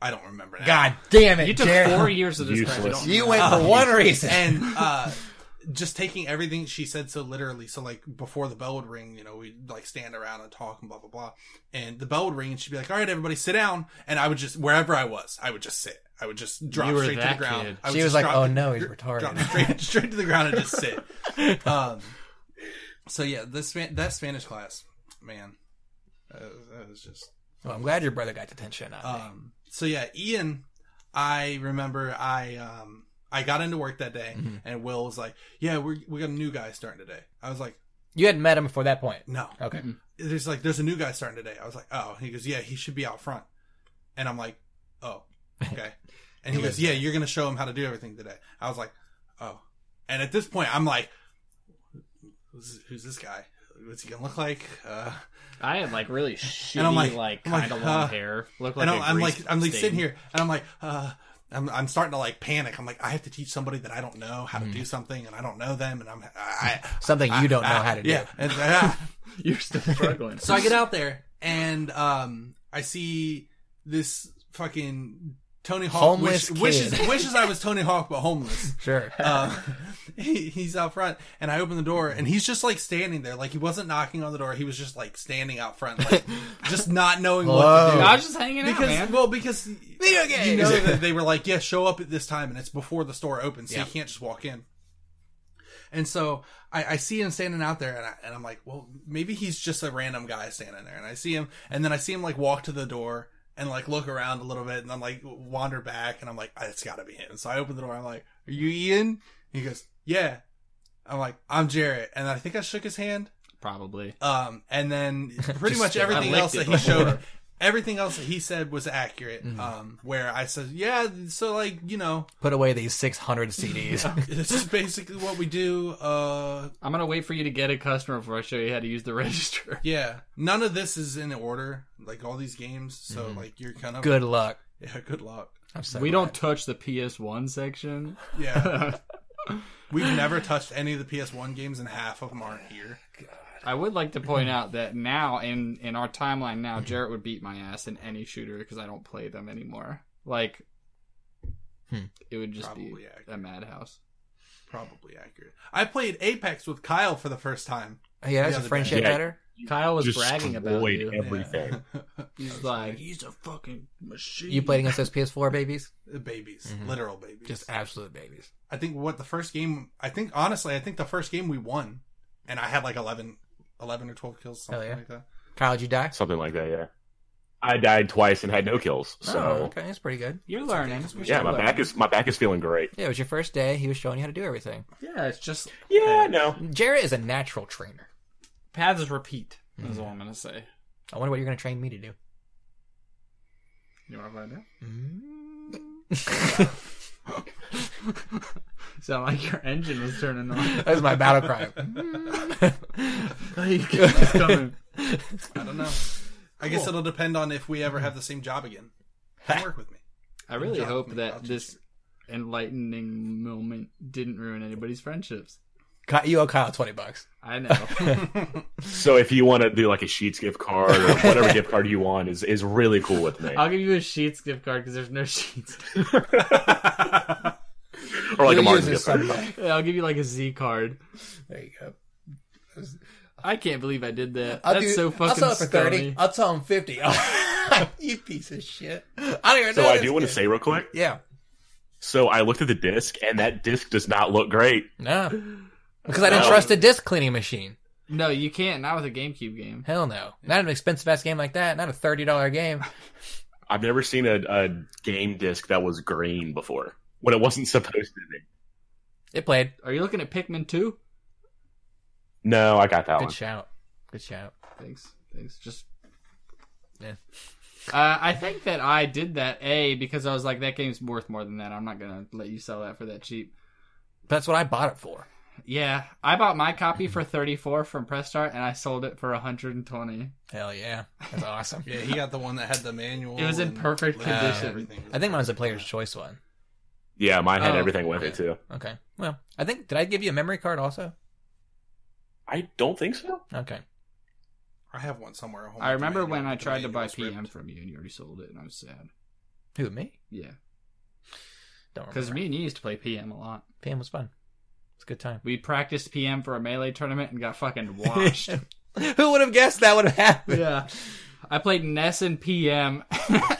I don't remember now. God damn it, You took Jared. four years of this. crap. Useless. You, You went. went for Uh, one reason. and uh just taking everything she said so literally so like before the bell would ring you know we'd like stand around and talk and blah blah blah and the bell would ring and she'd be like all right everybody sit down and i would just wherever i was i would just sit i would just drop You were straight to the that ground kid. I would she just was like, drop "Oh to- no, he's drop retarded." straight, straight to the ground and just sit um so yeah the Span- that spanish class man that was, that was just Well, I'm glad your brother got detention. Not me. um, so yeah, Ian, I remember I um I got into work that day, Mhm. and Will was like, "Yeah, we we got a new guy starting today." I was like, you hadn't met him before that point. "No." Okay. There's like, "There's a new guy starting today." I was like, "Oh." He goes, "Yeah, he should be out front," and I'm like, "Oh, okay." And he He goes, lives "Yeah, you're gonna show him how to do everything today." I was like, "Oh," and at this point, I'm like, "Who's, who's this guy? What's he gonna look like?" Uh, I had like really shitty, And I'm like- like, I'm like, kind of long huh. hair. Looked like and I'm, a I'm like grease I'm like stain. sitting here and I'm like uh I'm I'm starting to like panic. I'm like I have to teach somebody that I don't know how to do something and I don't know them and I'm I, I Something you don't know I- how to do. Yeah. And, ah. You're still struggling. so I get out there and um I see this fucking Tony Hawk Homeless wish- wishes kid. wishes I was Tony Hawk but homeless. Sure. Um, he, he's out front, and I open the door, and he's just like standing there, like he wasn't knocking on the door. He was just like standing out front, like just not knowing what to Whoa. do I was just hanging out, because man. well because Video you games. know that they were like yeah show up at this time and it's before the store opens so Yeah. you can't just walk in and so I, I see him standing out there and, I, and i'm like well maybe he's just a random guy standing there and i see him and then i see him like walk to the door and like look around a little bit and i'm like wander back and i'm like "Ah, it's gotta be him so i open the door i'm like are you ian and he goes yeah i'm like i'm jarrett and i think i shook his hand Probably. um, and then pretty Just much I everything licked else that it he showed, before. everything else that he said was accurate. Mhm. Um, where I said, yeah, so like you know, Put away these 600 CDs. this is basically what we do. Uh, I'm gonna wait for you to get a customer before I show you how to use the register. yeah, none of this is in order. Like all these games, so Mhm. like you're kind of Good luck. Yeah, good luck. I'm so we glad. don't touch the PS1 section. Yeah, we've never touched any of the PS1 games, and half of them aren't here. I would like to point out that now in in our timeline now, Jarrett would beat my ass in any shooter because I don't play them anymore. Like, Hmm. it would just Probably be accurate. a madhouse. Probably accurate. I played Apex with Kyle for the first time. Yeah, the that's other a friendship day. Yeah. better. Kyle was bragging about Destroyed you. Yeah. Everything. He's like, he's a fucking machine. You played against those PS4 babies? babies, Mhm. literal babies. Just absolute babies. I think what the first game, I think honestly, I think the first game we won, and I had like 11, 11 or 12 kills, something Hell yeah. like that. Kyle, did you die? Something like that, yeah. I died twice and had no kills. So Oh, okay, that's pretty good. You're learning. okay. You're yeah, still my learning. back is my back is feeling great. Yeah, it was your first day. He was showing you how to do everything. Yeah, it's just Yeah, no. Jarrett is a natural trainer. paths repeat. That's all I'm gonna say. I wonder what you're going to train me to do. You want to find out? Mm. Sound like your engine was turning on. that was my battle cry. Like, it's coming. I don't know. I guess it'll depend on if we ever have the same job again. Come work with me. I really Good job, hope man. I'll that teach this enlightening moment didn't ruin anybody's friendships. Ky- you owe Kyle 20 bucks. I know. So if you want to do like a Sheets gift card or whatever gift card you want is is really cool with me. I'll give you a Sheets gift card because there's no Sheets. or like a You'll Martin gift use this card. someday. I'll give you like a Z card. There you go. I can't believe I did that. I'll That's do- so fucking I'll tell him for 30. scummy. I'll tell him 50. you piece of shit. I don't even So know. I this do want to kid. say real quick. Yeah. So I looked at the disc and that disc does not look great. No. Because I didn't No. trust a disc cleaning machine. No, you can't. Not with a GameCube game. Hell no. Not an expensive ass game like that. Not a $30 game. I've never seen a, a game disc that was green before when it wasn't supposed to be. It played. Are you looking at Pikmin 2? No, I got that Good one. shout. Good shout. Thanks. Thanks. Just Yeah. Uh, I think that I did that a because I was like that game's worth more than that. I'm not gonna let you sell that for that cheap. That's what I bought it for. Yeah, I bought my copy for 34 from Prestart and I sold it for 120. Hell yeah, that's awesome. Yeah, he got the one that had the manual. It was in and perfect labels and condition. everything. I think mine was a player's choice one. Yeah, mine had Oh, everything with it too. Okay. Well, I think did I give you a memory card also? I don't think so. Okay. I have one somewhere. Oh, at home I with the remember manual, when I but the tried to buy manual's ripped. PM from you and you already sold it and I was sad. Who me? Yeah, Don't remember. because me and you used to play PM a lot. PM was fun. It's a good time. We practiced PM for a melee tournament and got fucking washed. Who would have guessed that would have happened? yeah. I played Ness and PM,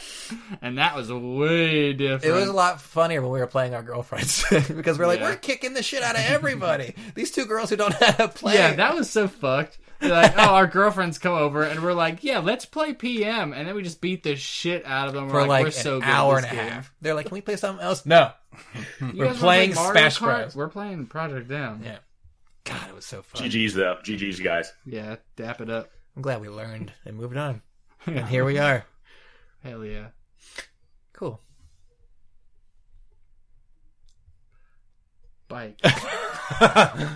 and that was way different. It was a lot funnier when we were playing our girlfriends because we're like, Yeah. we're kicking the shit out of everybody. These two girls who don't know how to play. Yeah, that was so fucked. They're like, oh, our girlfriends come over, and we're like, yeah, let's play PM, and then we just beat the shit out of them. We're for like we're an so good at hour and this a game." half. They're like, can we play something else? No. You We're guys wanna playing play Mario Smash Kart? Bros. We're playing Project Down. Yeah. God, it was so fun. GG's though. GG's guys. Yeah, dap it up. I'm glad we learned and moved on. And here we are. Hell yeah. Cool. Bike. Why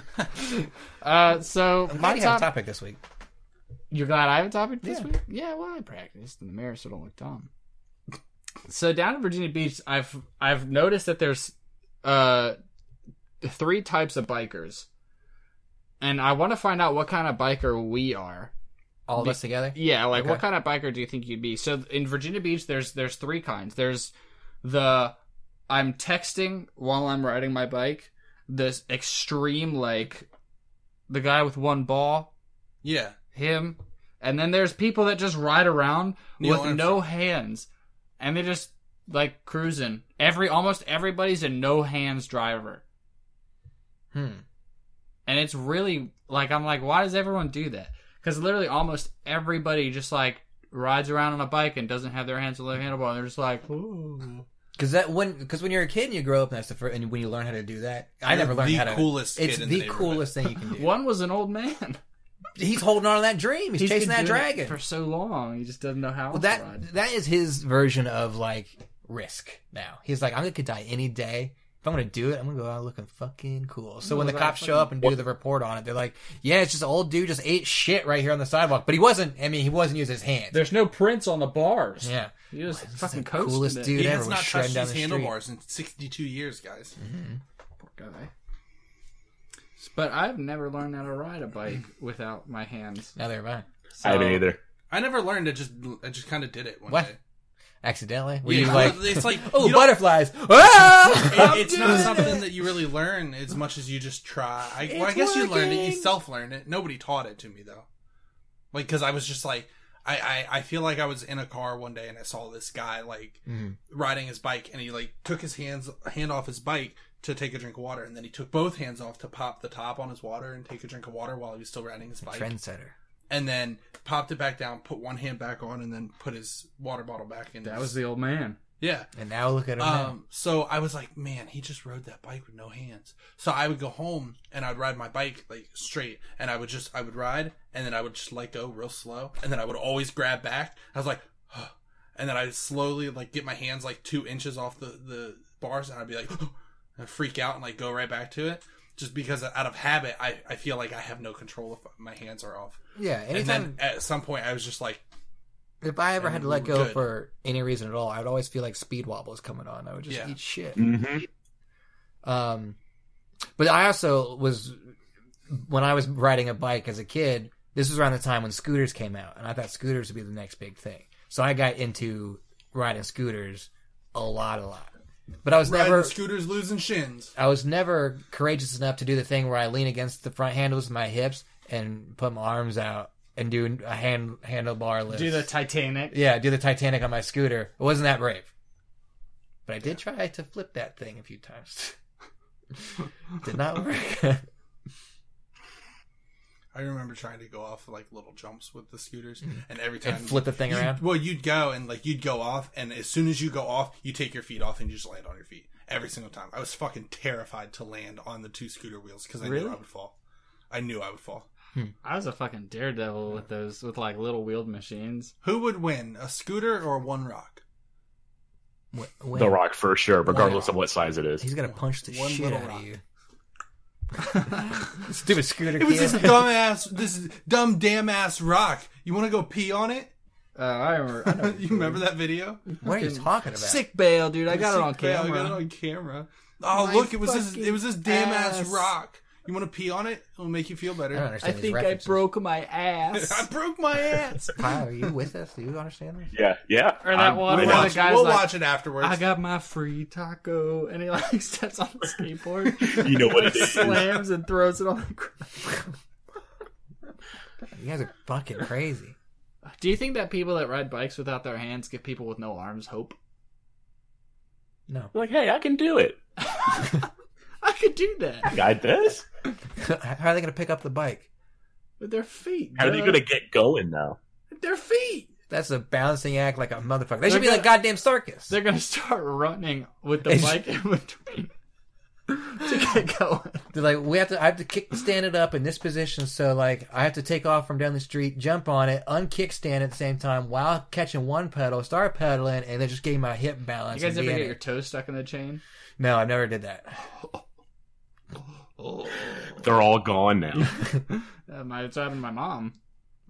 Uh, so do my you have a top. topic this week? You're glad I have a topic this Yeah. week? Yeah, well, I practiced in the mirror, so don't look dumb. So down in Virginia Beach, I've I've noticed that there's uh three types of bikers, and I want to find out what kind of biker we are. All of us together? Yeah, like what Okay. kind of biker do you think you'd be? So in Virginia Beach, there's there's three kinds. There's the I'm texting while I'm riding my bike. This extreme like the guy with one ball Yeah, him, and then there's people that just ride around Neil with Armstrong. no hands, and they're just like cruising. Every almost everybody's a no hands driver, Hmm. and it's really like I'm like, why does everyone do that? Because literally almost everybody just like rides around on a bike and doesn't have their hands on the handlebar. And they're just like, ooh, Because that when because when you're a kid and you grow up and that's the first, and when you learn how to do that, I You're never learned the how to. coolest It's kid in the, the neighborhood. coolest thing you can do. one was an old man. He's holding on to that dream. He's, He's chasing been that doing it dragon. for so long. He just doesn't know how Well, else to ride. that that is his version of like risk. Now he's like, I'm could die any day. If I'm gonna do it, I'm gonna go out looking fucking cool. So when the Well, cops that show up and do the report on it, they're like, Yeah, it's just an old dude just ate shit right here on the sidewalk. But he wasn't. I mean, he wasn't using his hands. There's no prints on the bars. yeah, He just This is fucking the coasted coolest it. dude he ever has was not shredding touched down his the street. handlebars in 62 years, guys. Mm-hmm. guy. But I've never learned how to ride a bike without my hands. Now they're fine. So, I haven't either. I never learned. I just I just kind of did it one What? day. Accidentally, were Yeah, you well, like, it's like Oh, you don't- butterflies! Ah! It- it's I'm not doing something it! that you really learn as much as you just try. I, well, I It's guess you learned it. You working. self learned it. Nobody taught it to me though. Like, because I was just like, I, I I feel like I was in a car one day and I saw this guy like Mhm. riding his bike and he like took his hands hand off his bike to take a drink of water and then he took both hands off to pop the top on his water and take a drink of water while he was still riding his bike Trendsetter. and then popped it back down, put one hand back on, and then put his water bottle back in. That was the old man. yeah. And now look at him. now. Um, so I was like, man, he just rode that bike with no hands. So I would go home and I'd ride my bike like straight, and I would just I would ride, and then I would just let go real slow, and then I would always grab back. I was like, and then I'd slowly like get my hands like two inches off the the bars, and I'd be like, and freak out and like go right back to it. Just because out of habit, I, I feel like I have no control if my hands are off. yeah. And Anytime then at some point, I was just like, if I ever had to let Ooh, go good. for any reason at all, I would always feel like speed wobble was coming on. I would just Yeah. eat shit. Mm-hmm. Um, but I also was when I was riding a bike as a kid. This was around the time when scooters came out, and I thought scooters would be the next big thing. So I got into riding scooters a lot, a lot. But I was riding never scooters losing shins. I was never courageous enough to do the thing where I lean against the front handles of my hips and put my arms out and do a hand handlebar lift. Do the Titanic. yeah, do the Titanic on my scooter. It wasn't that brave, but I did try to flip that thing a few times. did not work. I remember trying to go off like little jumps with the scooters, and every time and flip the thing you- around. Well, you'd go and like you'd go off, and as soon as you go off, you take your feet off and you just land on your feet every single time. I was fucking terrified to land on the two scooter wheels because I Really? knew I would fall. I knew I would fall. I was a fucking daredevil with those with like little wheeled machines. Who would win, a scooter or one rock? Wh- when- The Rock for sure, regardless Wow. of what size it is. He's gonna punch the One shit little out rock. of you. Uh, Stupid scooter It was kid. this dumb ass, this dumb damn ass rock. You want to go pee on it? Uh, I remember. I know what you remember that video? What are you talking about? Sick bail, dude. I got it on Sick, yeah, camera. I got it on camera. Oh My look, it was this, fucking it was this damn ass, ass. rock. You want to pee on it? It'll make you feel I don't better. I understand. these think I references. broke my I ass. broke my ass. Kyle, are you with us? Do you understand this? Yeah, yeah. Or that I'm one with where the it. We'll watch, it. guy's we'll like, watch it afterwards. I got my free taco, and he like steps on the skateboard, You know what it is. slams, and throws it on the ground. You guys are fucking crazy. Do you think that people that ride bikes without their hands give people with no arms hope? No, Like, hey, I can do it. I could do that Got this. how are they gonna pick up the bike? with their feet. How are they duh. gonna get going now? With their feet. That's a balancing act like a motherfucker. They They're should be gonna- like goddamn circus. They're gonna start running with the It's- bike in between to get going. They're like, we have to. I have to kick stand it up in this position, so like I have to take off from down the street, jump on it, unkickstand at the same time while catching one pedal, start pedaling, and then just getting my hip You balance. guys ever and being get it. your toe stuck in the chain? No, I never did that. Oh, They're all gone now. that might have happened to my mom.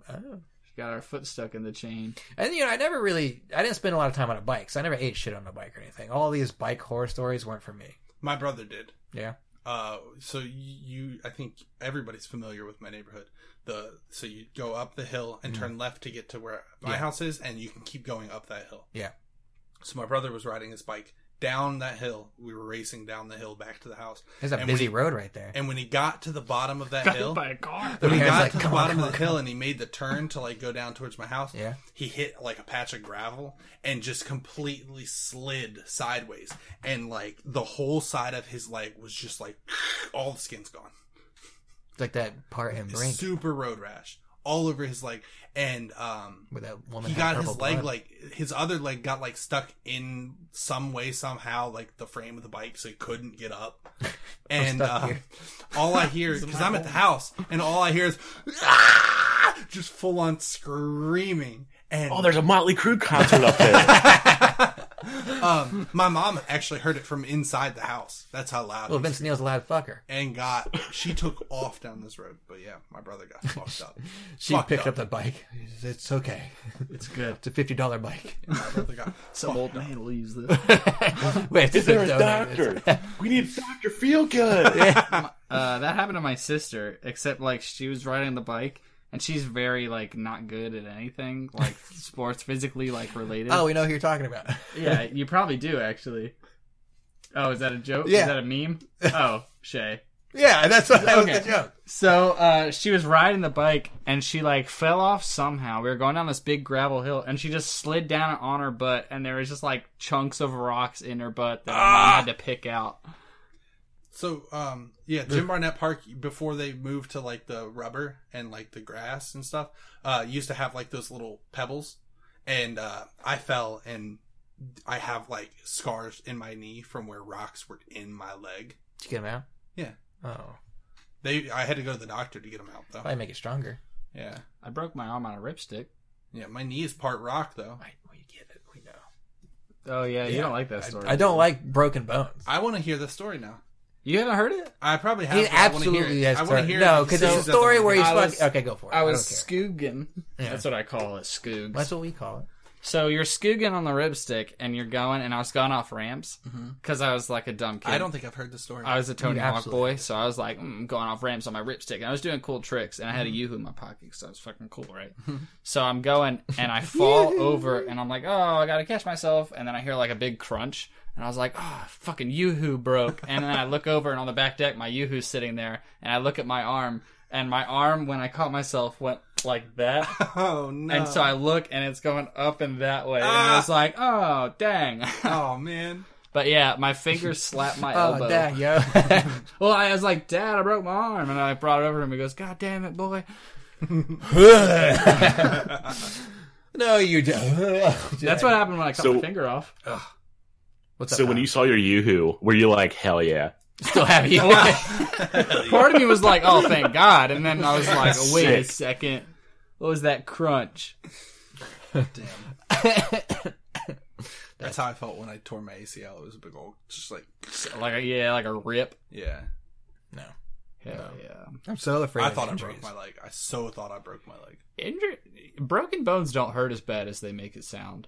Oh. She got her foot stuck in the chain. And you know, I never really, I didn't spend a lot of time on a bike, so I never ate shit on a bike or anything. All these bike horror stories weren't for me. my brother did. Yeah. Uh, so you, I think everybody's familiar with my neighborhood. The so you go up the hill and Mm-hmm. Mhm. turn left to get to where my Yeah. house is, and you can keep going up that hill. Yeah. So my brother was riding his bike down that hill. We were racing down the hill back to the house, There's a And busy we- road right there. and when he got to the bottom of that Got hit hill, by a car. when he Yeah, it's got like, to the come on, bottom come of the on, hill and he made the turn to like go down towards my house, Yeah. he hit like a patch of gravel and just completely slid sideways, and like the whole side of his leg was just like all the skin's gone. It's like that part in Brink super road rash all over his leg and um where that woman he had got purple his leg blood. like his other leg got like stuck in some way somehow like the frame of the bike so he couldn't get up and stuck uh, here. all i hear because i'm at the house and all i hear is "Ah!" just full on screaming and Oh, there's a Motley Crue concert up there. um, my mom actually heard it from inside the house that's how loud Well, it Oh, Vince Neil's a loud fucker. and got she took off down this road but yeah my brother got fucked up She Fucked picked up. up the bike. It's okay. It's good. It's a fifty dollar bike. my brother got Some old man leaves this. Wait, Is there a donut. doctor? we need Doctor Feelgood. Uh, that happened to my sister, except like she was riding the bike, and she's very like not good at anything like sports physically like related. Oh, we know who you're talking about. yeah, you probably do actually. Oh, is that a joke? Yeah. Is that a meme? Oh, Shay. yeah, that's what, that was Okay. the joke. So uh, she was riding the bike and she like fell off somehow. We were going down this big gravel hill and she just slid down on her butt and there was just like chunks of rocks in her butt that my mom had to pick out. So, um, yeah, Jim Barnett Park before they moved to like the rubber and like the grass and stuff, uh, used to have like those little pebbles, and uh, I fell and I have like scars in my knee from where rocks were in my leg. Did you get him out? Yeah. Oh, They, I had to go to the doctor to get them out though. probably make it stronger. Yeah, I broke my arm on a ripstick. yeah, my knee is part rock though. I, we get it. We know. Oh yeah, you Yeah, don't like that story. I don't like broken bones. I want to hear the story now. You haven't heard it? I probably have. He but I wanna hear absolutely it. has. I want to- to hear. no, it because Susan it's a story doesn't where he's I fucking. was- okay, go for it. I, I was don't care. scoogin'. Yeah. That's what I call it, scoogs. That's what we call it. so you're scoogin' on the ripstick and you're going, and I was going off ramps because I was like a dumb kid. I don't think I've heard the story. I was a Tony You Hawk absolutely boy, so I was like mm, going off ramps on my ripstick, and I was doing cool tricks, and I had a Mm-hmm. YooHoo in my pocket because I was fucking cool, right? so I'm going, and I fall over, and I'm like, oh, I gotta catch myself, and then I hear like a big crunch, and I was like, oh, fucking YooHoo broke, and then I look over, and on the back deck, my YooHoo's sitting there, and I look at my arm, and my arm, when I caught myself, went like that. oh no! And so I look, and it's going up and that way, and Ah. I was like, "Oh, dang!" oh man. but yeah, my fingers slapped my Oh, elbow. dang, yo. Well, I was like, Dad, I broke my arm. And I brought it over to him. He goes, God damn it, boy. no, you don't. That's what happened when I cut So- my finger off. What's up, so when Kyle? you saw your yoo-hoo, were you like, hell yeah? Still have you. Part of me was like, "Oh, thank God," and then I was like, "Wait a Sick. second, what was that crunch?" Damn. That's how I felt when I tore my ACL. It was a big old, just like, Like, a, yeah, like a rip. yeah. no. Hell yeah. I'm so afraid. I of thought I injuries. broke my leg. I so thought I broke my leg. Injury, broken bones don't hurt as bad as they make it sound.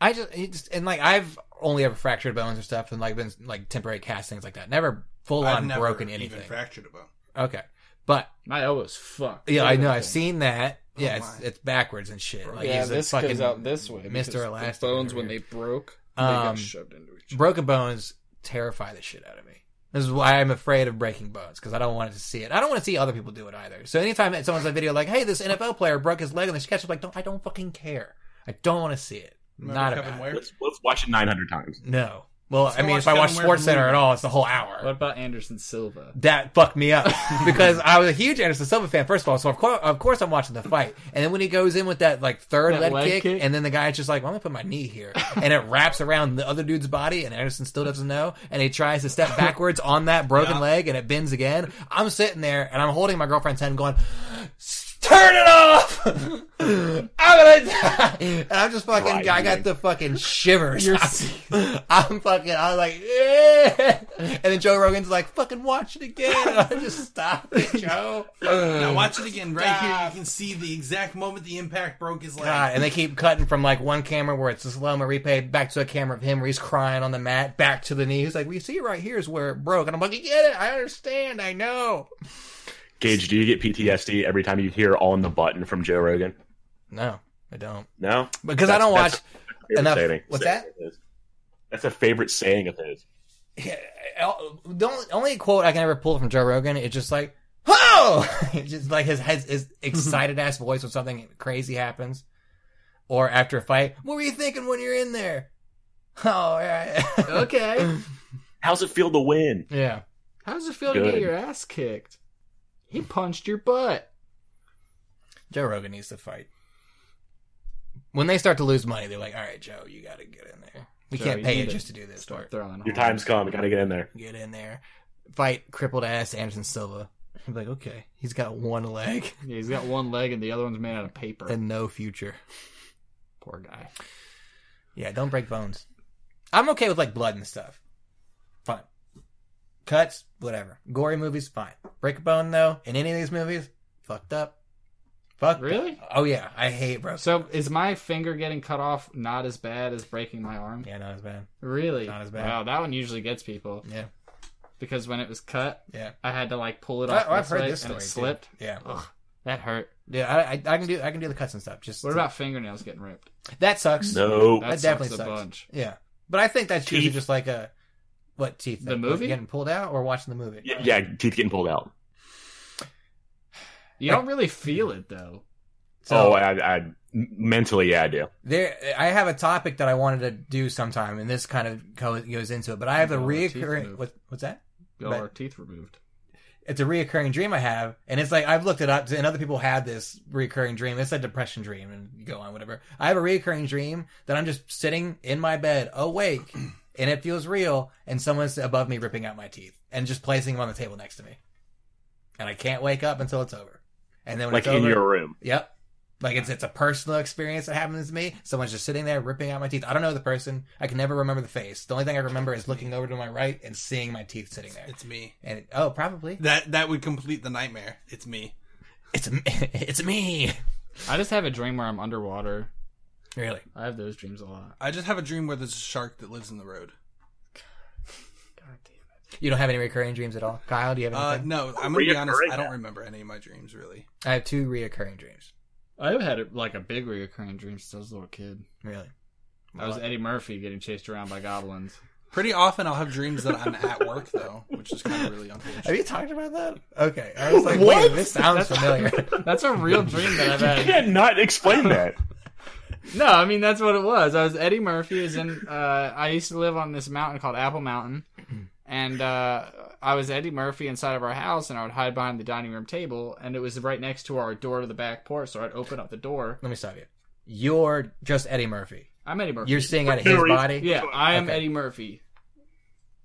I just, it just and like I've only ever fractured bones and stuff, and like been like temporary castings like that. Never full I've on never broken even anything. fractured a bone. okay, but My elbow's fucked. yeah, I know I've Beautiful. seen that. Yeah, it's, Oh my. it's backwards and shit. Like, yeah, he's a this fucking goes out this way. because Mr. Elastic. The bones over when here. they broke, they Um, got shoved into each other. broken bones terrify the shit out of me. This is why I'm afraid of breaking bones because I don't want to see it. I don't want to see other people do it either. So anytime that someone's on video like, "Hey, this NFL player broke his leg on this catch," I'm like, "Don't I don't fucking care. I don't want to see it. Remember Not Kevin about Ware? it. Let's, let's watch it 900 times. no. Well, I go mean, watch if I watch Kevin Ware Sports Center Blue. at all, it's the whole hour. What about Anderson Silva? that fucked me up because I was a huge Anderson Silva fan first of all. So of course, of course, I'm watching the fight, and then when he goes in with that like third That leg, leg kick, kick? and then the guy's just like, well, "I'm gonna put my knee here," and it wraps around the other dude's body, and Anderson still doesn't know, and he tries to step backwards on that broken Yeah. leg, and it bends again. I'm sitting there, and I'm holding my girlfriend's hand, going. Turn it off! I'm gonna die! And I'm just fucking, I got Driving. the fucking shivers. I'm fucking. I was like, yeah. and then Joe Rogan's like, fucking watch it again. And I just stop it, Joe. Now watch it again right here. God. You can see the exact moment the impact broke his leg. God, and they keep cutting from like one camera where it's a slow mo replay back to a camera of him where he's crying on the mat, back to the knee. He's like, "We see right here is where it broke," and I'm like, "I get it. I understand. I know." Gage, do you get PTSD every time you hear "on the button" from Joe Rogan? No, I don't No, because I don't watch. That's- that's enough- a favorite what's saying of his. That's a favorite saying of his. Yeah, the only, only quote I can ever pull from Joe Rogan is just like, "Oh!" It's just like his his, his excited ass voice when something crazy happens, or after a fight. What were you thinking when you're in there? Oh, all right. Oh. okay. How's it feel to win? yeah. How does it feel to Good. get your ass kicked? He punched your butt. Joe Rogan needs to fight. When they start to lose money, they're like, "All right, Joe, you got to get in there. We Joe, can't you pay need you to just to do this Start part. throwing. hard. Your time's come. Gotta get in there. Get in there, fight crippled ass Anderson Silva." I'm like, "Okay, he's got one leg Yeah, he's got one leg and the other one's made out of paper. and no future." Poor guy. Yeah, don't break bones. I'm okay with like blood and stuff. Fine. Cuts, whatever. Gory movies, fine. Break a bone though, in any of these movies, fucked up. Fuck. Really? Oh yeah, I hate broken. So is my finger getting cut off not as bad as breaking my arm? yeah, not as bad. Really? Not as bad. Wow, that one usually gets people Yeah, because when it was cut, yeah. I had to like pull it I- off. I've this heard way this and it story, slipped. Yeah, Ugh, that hurt. yeah. I, I, I can do I can do the cuts and stuff. Just What about fingernails getting ripped? that sucks. No, That, That sucks definitely a sucks. bunch. Yeah, but I think that's usually Teeth. just like a what teeth? The Like, movie? getting pulled out or watching the movie? yeah, yeah, teeth getting pulled out. You don't really feel it though. So- oh, I, I mentally, yeah, I do. There, I have a topic that I wanted to do sometime, and this kind of co- goes into it. But I have a Got our teeth reoccurring. removed. What, what's that? Got But- our teeth removed. It's a reoccurring dream I have, and it's like I've looked it up, and other people have this reoccurring dream. It's a depression dream, and you go on whatever. I have a reoccurring dream that I'm just sitting in my bed, awake, and it feels real, and someone's above me ripping out my teeth and just placing them on the table next to me, and I can't wake up until it's over. And then when Like it's in over, your room. Yep. Like it's it's a personal experience that happens to me. Someone's just sitting there ripping out my teeth. I don't know the person. I can never remember the face. The only thing I remember is looking over to my right and seeing my teeth sitting there. It's me. And oh, probably That that would complete the nightmare. It's me. it's it's me. I just have a dream where I'm underwater. Really? I have those dreams a lot. I just have a dream where there's a shark that lives in the road. God damn it. You don't have any recurring dreams at all, Kyle? Do you have Uh, anything? no, I'm gonna be honest. Reoccurring I don't remember any of my dreams really. I have two reoccurring dreams. I've had like a big recurring dream since I was a little kid. Really? I was Eddie Murphy getting chased around by goblins. Pretty often, I'll have dreams that I'm at work though, which is kind of really unfortunate. Have you talked about that? Okay. I was like, What? wait, this sounds familiar. That's a real dream that I've had. can't not explain that. No, I mean that's what it was. I was Eddie Murphy is in. Uh, I used to live on this mountain called Apple Mountain, and uh, I was Eddie Murphy inside of our house, and I would hide behind the dining room table, and it was right next to our door to the back porch. So I'd open up the door. Let me stop you. You're just Eddie Murphy. I'm Eddie Murphy. You're seeing out of No his reason. body. yeah, I am Okay. Eddie Murphy.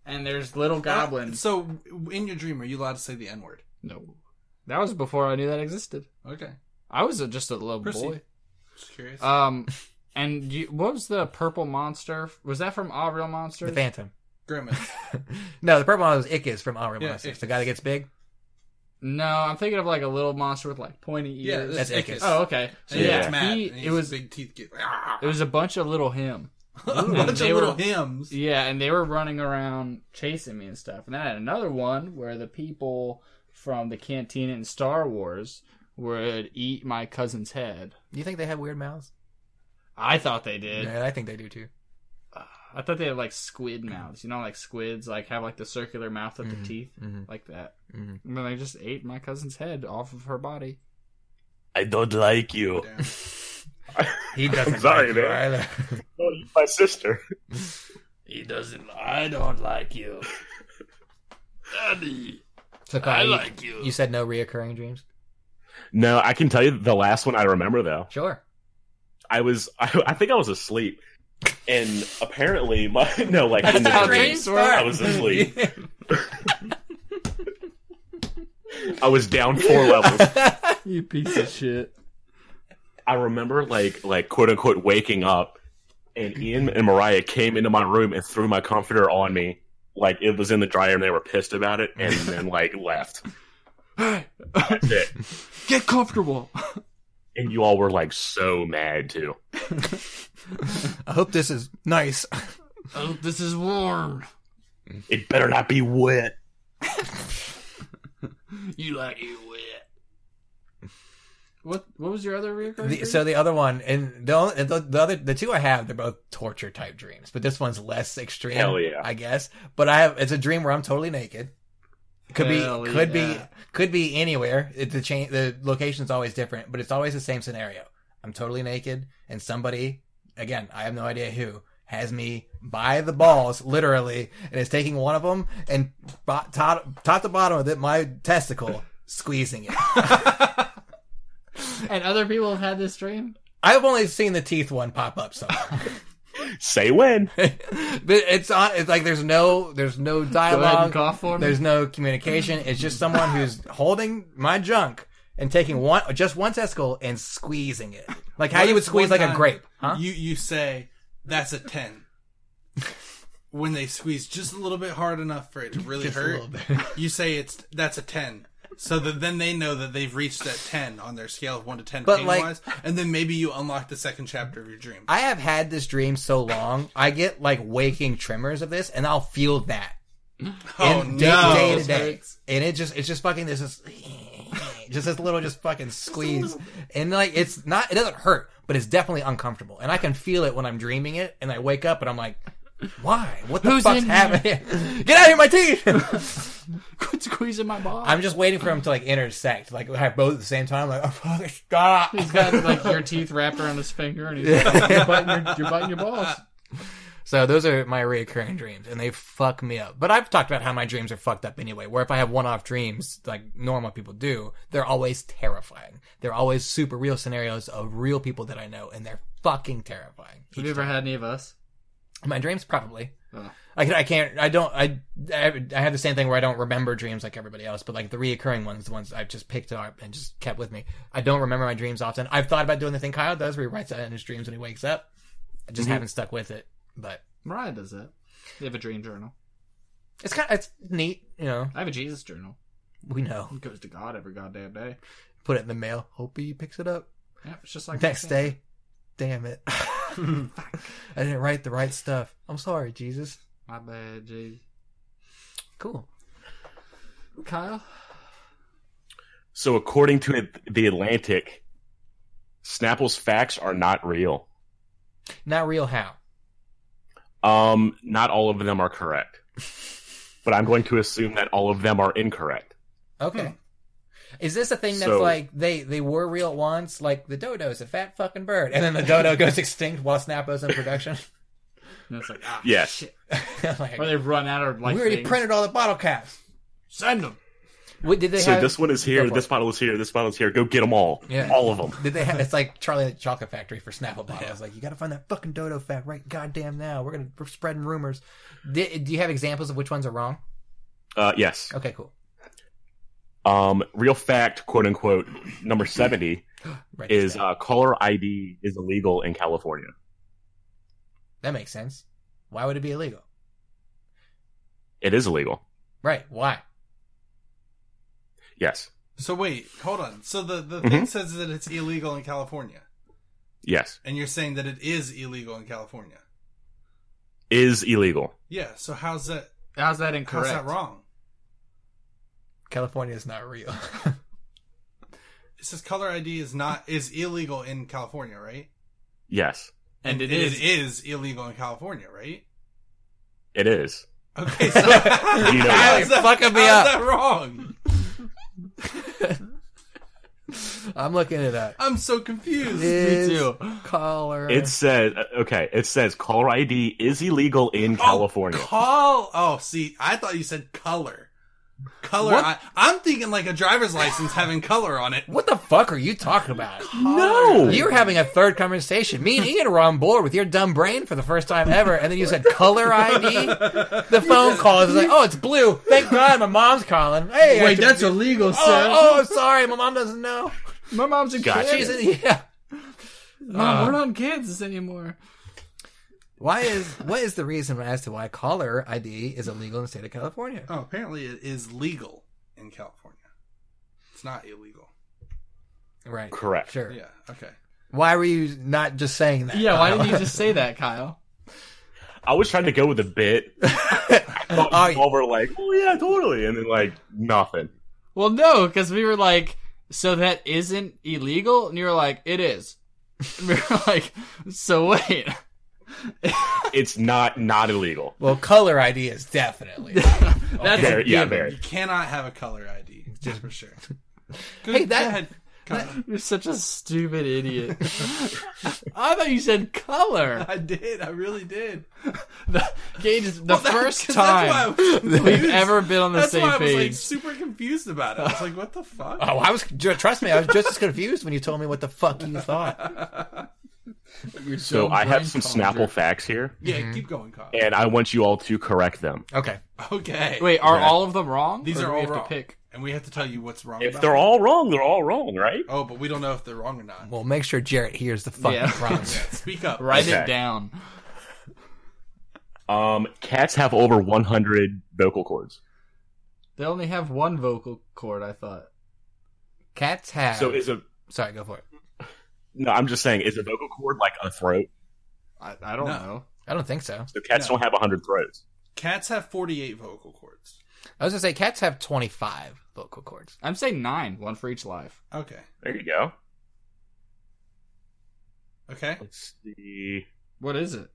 and there's little goblins. Uh, So in your dream, are you allowed to say the N word? No, that was before I knew that existed. Okay, I was a, just a little Proceed. boy. just curious. Um, and you, what was the purple monster? Was that from All Real Monsters? The Phantom. Grimace. no, the purple one was Ickis from All Real Yeah, Monsters. The Ickes. guy that gets big. no, I'm thinking of like a little monster with like pointy Yeah, ears. that's That's Ickis. Ickis. oh, okay. Yeah. And he yeah, gets mad. he- and it was big teeth. Get, it was a bunch of little him. a and bunch of they little were- hymns. Yeah, and they were running around chasing me and stuff. And then I had another one where the people from the cantina in Star Wars would eat my cousin's head. You think they have weird mouths? I thought they did. Yeah, I think they do too. I thought they had like squid mouths. You know, like squids like have like the circular mouth with the teeth, Mm-hmm, mhm. like that. Mhm. And then they just ate my cousin's head off of her body. I don't like you. Damn. He doesn't. sorry, like you man. either. Oh, you're my sister. He doesn't. I don't like you. so Kyle, you, you. you said no reoccurring dreams. No, I can tell you the last one I remember though. Sure. I was, I, I think I was asleep, and apparently my no, like in That's how the dream, dreams work. I was asleep. I was down four levels. You piece of shit. I remember like like quote unquote waking up, and Ian and Mariah came into my room and threw my comforter on me. Like it was in the dryer, and they were pissed about it, and then like left. That's it. Get comfortable. And you all were like so mad too. I hope this is nice. Oh, this is warm. It better not be wet. You like you wet. What What was your other reoccurring? The, so the other one, and the, only, the the other the two I have, they're both torture type dreams, but this one's less extreme. Hell yeah. I guess. But I have it's a dream where I'm totally naked. Could Hell be could be yeah. could be anywhere. It, the cha- the location's always different, but it's always the same scenario. I'm totally naked, and somebody again I have no idea who has me by the balls literally, and is taking one of them and bo- top top to bottom with it my testicle. Squeezing it. and other people have had this dream. I've only seen the teeth one pop up somewhere. Say when. but it's on. It's like there's no there's no Go ahead and dialogue. cough for me. There's no communication. It's just someone who's holding my junk and taking one just one testicle and squeezing it like how What you would if squeeze one like a time grape, huh? You you say that's a ten. when they squeeze just a little bit hard enough for it to really Just a hurt, little bit. you say it's that's a ten. So that then they know that they've reached that ten on their scale of one to ten But, pain like- wise, and then maybe you unlock the second chapter of your dream. I have had this dream so long. I get like waking tremors of this, and I'll feel that oh and day, no! day to day, and it just it's just fucking this is just this little just fucking squeeze, and like it's not it doesn't hurt, but it's definitely uncomfortable, and I can feel it when I'm dreaming it, and I wake up and I'm like, why? What the Who's fuck's in here? happening? Get out of here, my teeth! Quit squeezing my balls. I'm just waiting for them to like intersect, like have both at the same time. Like, oh fuck, stop! He's got like your teeth wrapped around his finger, and he's like, you're, biting your, you're biting your balls. So those are my recurring dreams, and they fuck me up. But I've talked about how my dreams are fucked up anyway. Where if I have one-off dreams, like normal people do, they're always terrifying. They're always super real scenarios of real people that I know, and they're fucking terrifying. Have you ever had any of us? My dreams, probably. Oh. I, can- I can't. I don't. I, I I have the same thing where I don't remember dreams like everybody else, but like the reoccurring ones, the ones I've just picked up and just kept with me. I don't remember my dreams often. I've thought about doing the thing Kyle does, where he writes out in his dreams when he wakes up. I just Mm-hmm. haven't stuck with it, but. Mariah does that. They have a dream journal. It's kind of it's neat, you know. I have a Jesus journal. We know. It goes to God every goddamn day. Put it in the mail. Hope he picks it up Yeah, it's just like next day. Damn it! I didn't write the right stuff. I'm sorry, Jesus. My bad, Jesus. Cool. Kyle. So according to it- the Atlantic, Snapple's facts are not real. Not real. How? Um, not all of them are correct, but I'm going to assume that all of them are incorrect. Okay. Is this a thing that's So- like they they were real at once? Like the dodo's a fat fucking bird, and then the dodo goes extinct while Snappo's in production. And it's like, ah, Yes. shit. like, Or they run out of like. we already things. printed all the bottle caps. Send them. What did they So have? this one is here. Go for This it. bottle is here. This bottle is here. Go get them all. Yeah. All of them. Did they have? It's like Charlie and the Chocolate Factory for Snapple bottles. like, you got to find that fucking dodo fact right goddamn now. We're gonna we're spreading rumors. Did, do you have examples of which ones are wrong? Uh, yes. Okay, cool. Um, real fact, quote unquote, number seventy Right. is uh, caller ID is illegal in California. that makes sense. Why would it be illegal? It is illegal. Right. Why? Yes. So wait, hold on. So the the Mhm. thing says that it's illegal in California, Yes. and you're saying that it is illegal in California. Is illegal. Yeah. So how's that? How's that incorrect? How's that wrong? California is not real. It says color ID is not is illegal in California, right? Yes. And it it is. is illegal in California, right? It is. Okay, so know how's that, Fucking me how's up. that wrong? I'm looking it up. I'm so confused. Is too. Caller. It says uh, okay. It says caller ID is illegal in California. Oh, call. Oh, see, I thought you said color. Color. What? I, I'm thinking like a driver's license having color on it. What the fuck are you talking about? no. You're having a third conversation. Me and Ian are on board with your dumb brain for the first time ever, and then you said color ID. The phone calls is like, oh, it's blue. Thank God, my mom's calling. Hey, I- illegal, Oh, oh, I'm sorry, my mom doesn't know. My mom's a Gotcha. Uh. kid. She's in, yeah. Mom, we're not in Kansas anymore. Why is what is the reason as to why caller ID is illegal in the state of California? Oh, apparently it is legal in California. It's not illegal. Right. Correct. Sure. Yeah. Okay. Why were you not just saying that? Oh. Yeah, why Kyle? didn't you just say that, Kyle? I was trying to go with a bit. All Oh, all were like, oh yeah, totally, and then like nothing. Well, no, because we were like, so that isn't illegal, and you were like, it is. And we were like, so wait. It's not not illegal. Well, color ID is definitely. That's Very- a yeah, given. very. You cannot have a color ID. Just for sure. Good, Hey, that- go ahead. Kyle. You're such a stupid idiot. I thought you said color. I did. I really did. The, Gage, the Well, that- first 'cause that's why I time was we've confused. ever been on the That's same why I was like page. super confused about it. I was like, what the fuck? Oh, I was ju- trust me, I was just as confused when you told me what the fuck you thought. So I have some Snapple facts here, yeah, keep going, Kyle. and I want you all to correct them. Okay, Okay. Wait, are Okay. all of them wrong? These Or are do we all have to wrong. pick? And we have to tell you what's wrong. If about they're it. all wrong, they're all wrong, right? Oh, but we don't know if they're wrong or not. well, make sure Jarrett hears the fucking Yeah. prompts. Speak up. Write Okay. it down. Um, cats have over 100 vocal cords. They only have one vocal cord, I thought. Cats have. So is a Sorry, go for it. no? I'm just saying, is a vocal cord like a throat? I, I don't No. know. I don't think so. So cats No. don't have 100 throats. Cats have 48 vocal cords. I was gonna say cats have twenty five vocal cords. I'm saying nine, one for each life. Okay. There you go. Okay. Let's see. What is it?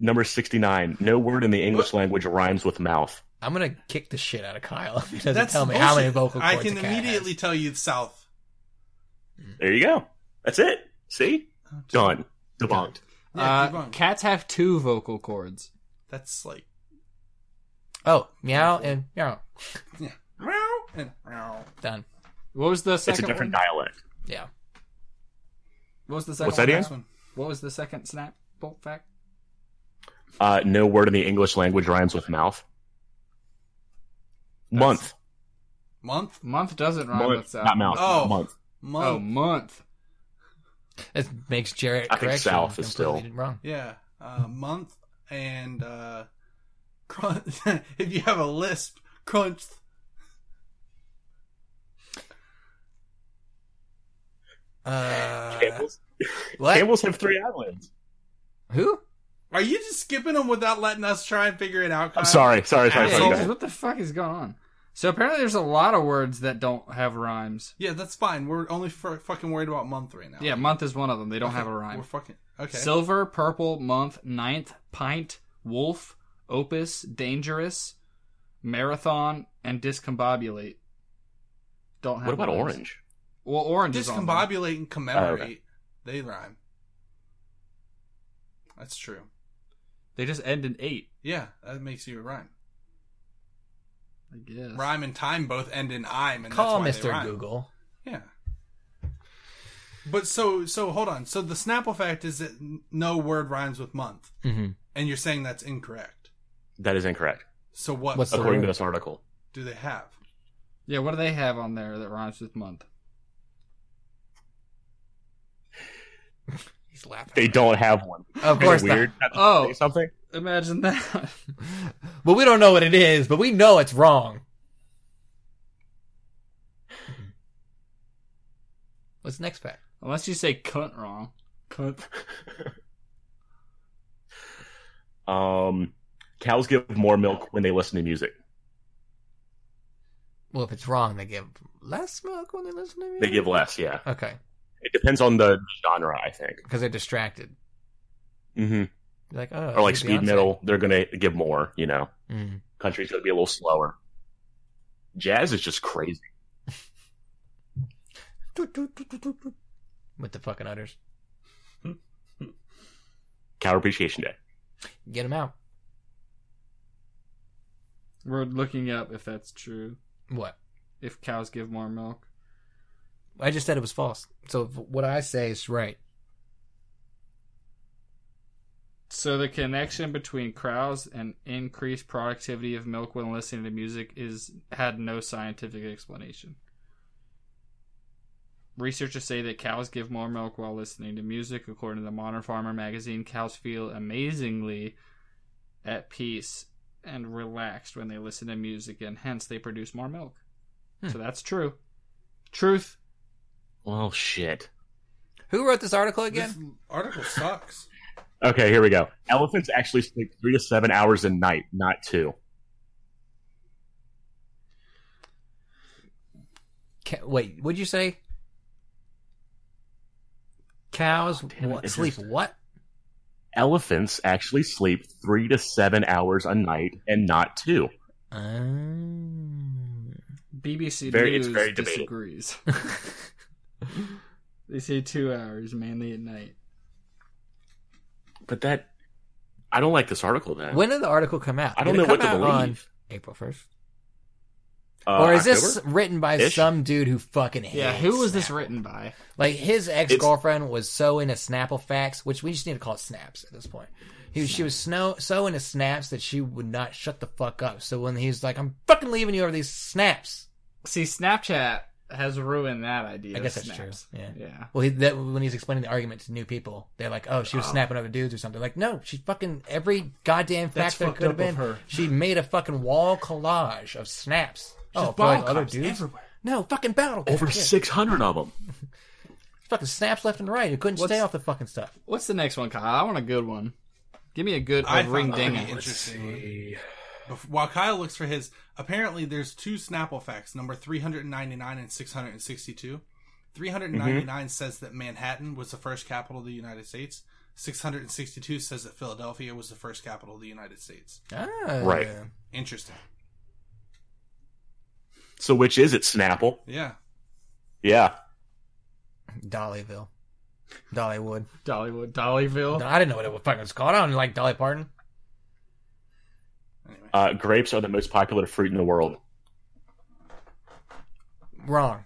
Number 69. No word in the English language rhymes with mouth. I'm gonna kick the shit out of Kyle if he doesn't tell me how many bullshit. vocal cords I can a cat immediately tell you the South. There you go. That's it. See? Done. Debunked. Yeah, keep uh, going. cats have two vocal cords. That's like has. Oh, meow and meow. meow and meow. Done. What was the It's second a different one? dialect. Yeah. What was the second What's one? that, Ian? Next one. What was the second snap bolt fact? Uh, no word in the English language rhymes with mouth. Month. Month. Month doesn't rhyme with Month. south. Not mouth. Oh. Month. Month. Oh, month. It makes Jarrett. I think correct you south is completely still- wrong. Yeah. Uh, month and uh, crunch. if you have a lisp, crunch. Uh, Camels. what? Camels have three islands. Who? Are you just skipping them without letting us try and figure it out? Kyle? I'm sorry. Sorry. Sorry. Yeah, sorry Asshole. guys. because what the fuck is going on? So apparently, there's a lot of words that don't have rhymes. Yeah, that's fine. We're only f- fucking worried about month right now. Yeah, month is one of them. They don't have a rhyme. We're fucking okay. Silver, purple, month, ninth, pint, wolf, opus, dangerous, marathon, and discombobulate. Don't have. What about rhymes. orange? Well, orange is on. there. discombobulate and commemorate. Oh, okay. They rhyme. That's true. They just end in eight. Yeah, that makes you a rhyme. I guess. Rhyme and time both end in "im," and Call that's why they Mr. rhyme. Google. Yeah. But so so hold on. So the Snapple fact is that n- no word rhymes with month, Mm-hmm. and you're saying that's incorrect. That is incorrect, So what What's the- according to this article. do they have? Yeah, what do they have on there that rhymes with month? He's laughing. They don't have one. Of course Kinda weird. Have to Oh. say something. Imagine that. not. Well, we don't know what it is, but we know it's wrong. Mm-hmm. What's the next fact? Unless you say cunt wrong. Cunt. Um, cows give more milk when they listen to music. Well, if it's wrong, they give less milk when they listen to me. They give less. Yeah, Okay, it depends on the genre. I think. because they're distracted. hmm They're like oh, Or like it's speed Beyonce. metal, they're gonna give more. You know, Mm. country's gonna be a little slower. Jazz is just crazy. Toot, toot, toot, toot, toot, toot. With the fucking udders, Cow Appreciation Day. get them out. We're looking up if that's true. What? If cows give more milk. I just said it was false. So if what I say is right. So the connection between crows and increased productivity of milk when listening to music is had no scientific explanation. Researchers say that cows give more milk while listening to music. According to the Modern Farmer magazine, cows feel amazingly at peace and relaxed when they listen to music, and hence they produce more milk. Hmm. So that's true. Truth. Well, Oh, shit. Who wrote this article again? This article sucks. Okay, here we go. Elephants actually sleep three to seven hours a night, not two. Ca- wait, what'd you say? Cows Oh, damn it, what, it sleep just- what? Elephants actually sleep three to seven hours a night, and not two. Ah. Um... BBC Very- News it's very debated. disagrees. they say two hours, mainly at night. But that, I don't like this article. Then when did the article come out? I don't Did know it what to come out on believe. April first, Uh, or is this October? written by Ish. some dude who fucking hates Yeah, who was this Snapple? written by? Like his ex girlfriend was so into Snapple facts, which we just need to call it snaps at this point. He, she was snow, so into snaps that she would not shut the fuck up. So when he's like, "I'm fucking leaving you over these snaps," See, Snapchat has ruined that idea. I guess of that's snaps. true, yeah. yeah. well, he, that, when he's explaining the argument to new people, they're like, "Oh, she was snapping other dudes or something." Like, no, she fucking every goddamn That's fact there fucked could have up of been. her. She made a fucking wall collage of snaps. Just Oh, for, like, bottle cops everywhere. No, fucking battle. over Yeah. six hundred of them? fucking snaps left and right. Who couldn't What's- stay off the fucking stuff. What's the next one, Kyle? I want a good one. Give me a good I a ring found that pretty ding. interesting. Bef- While Kyle looks for his, apparently there's two Snapple facts, number 399 and 662. Mm-hmm. 399 says that Manhattan was the first capital of the United States. 662 says that Philadelphia was the first capital of the United States. Ah, Right. Interesting. So which is it? Snapple. Yeah. Yeah. Dollyville. Dollywood. Dollywood, Dollyville. No, I didn't know what it was fucking was called. I don't like Dolly Parton. Anyway. Uh, grapes are the most popular fruit in the world. Wrong.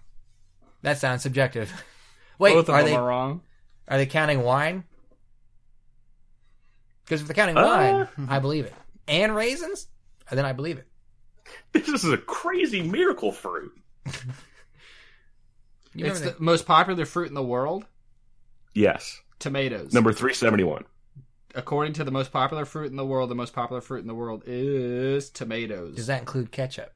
That sounds subjective. Wait, Both of are them they are are, wrong. they counting wine? Because if they're counting Uh. wine, I believe it. And raisins, then I believe it. This is a crazy miracle fruit. You It's remember the most popular fruit in the world. Yes. Tomatoes. Number three seventy one. According to the most popular fruit in the world, the most popular fruit in the world is that- tomatoes. does that include ketchup?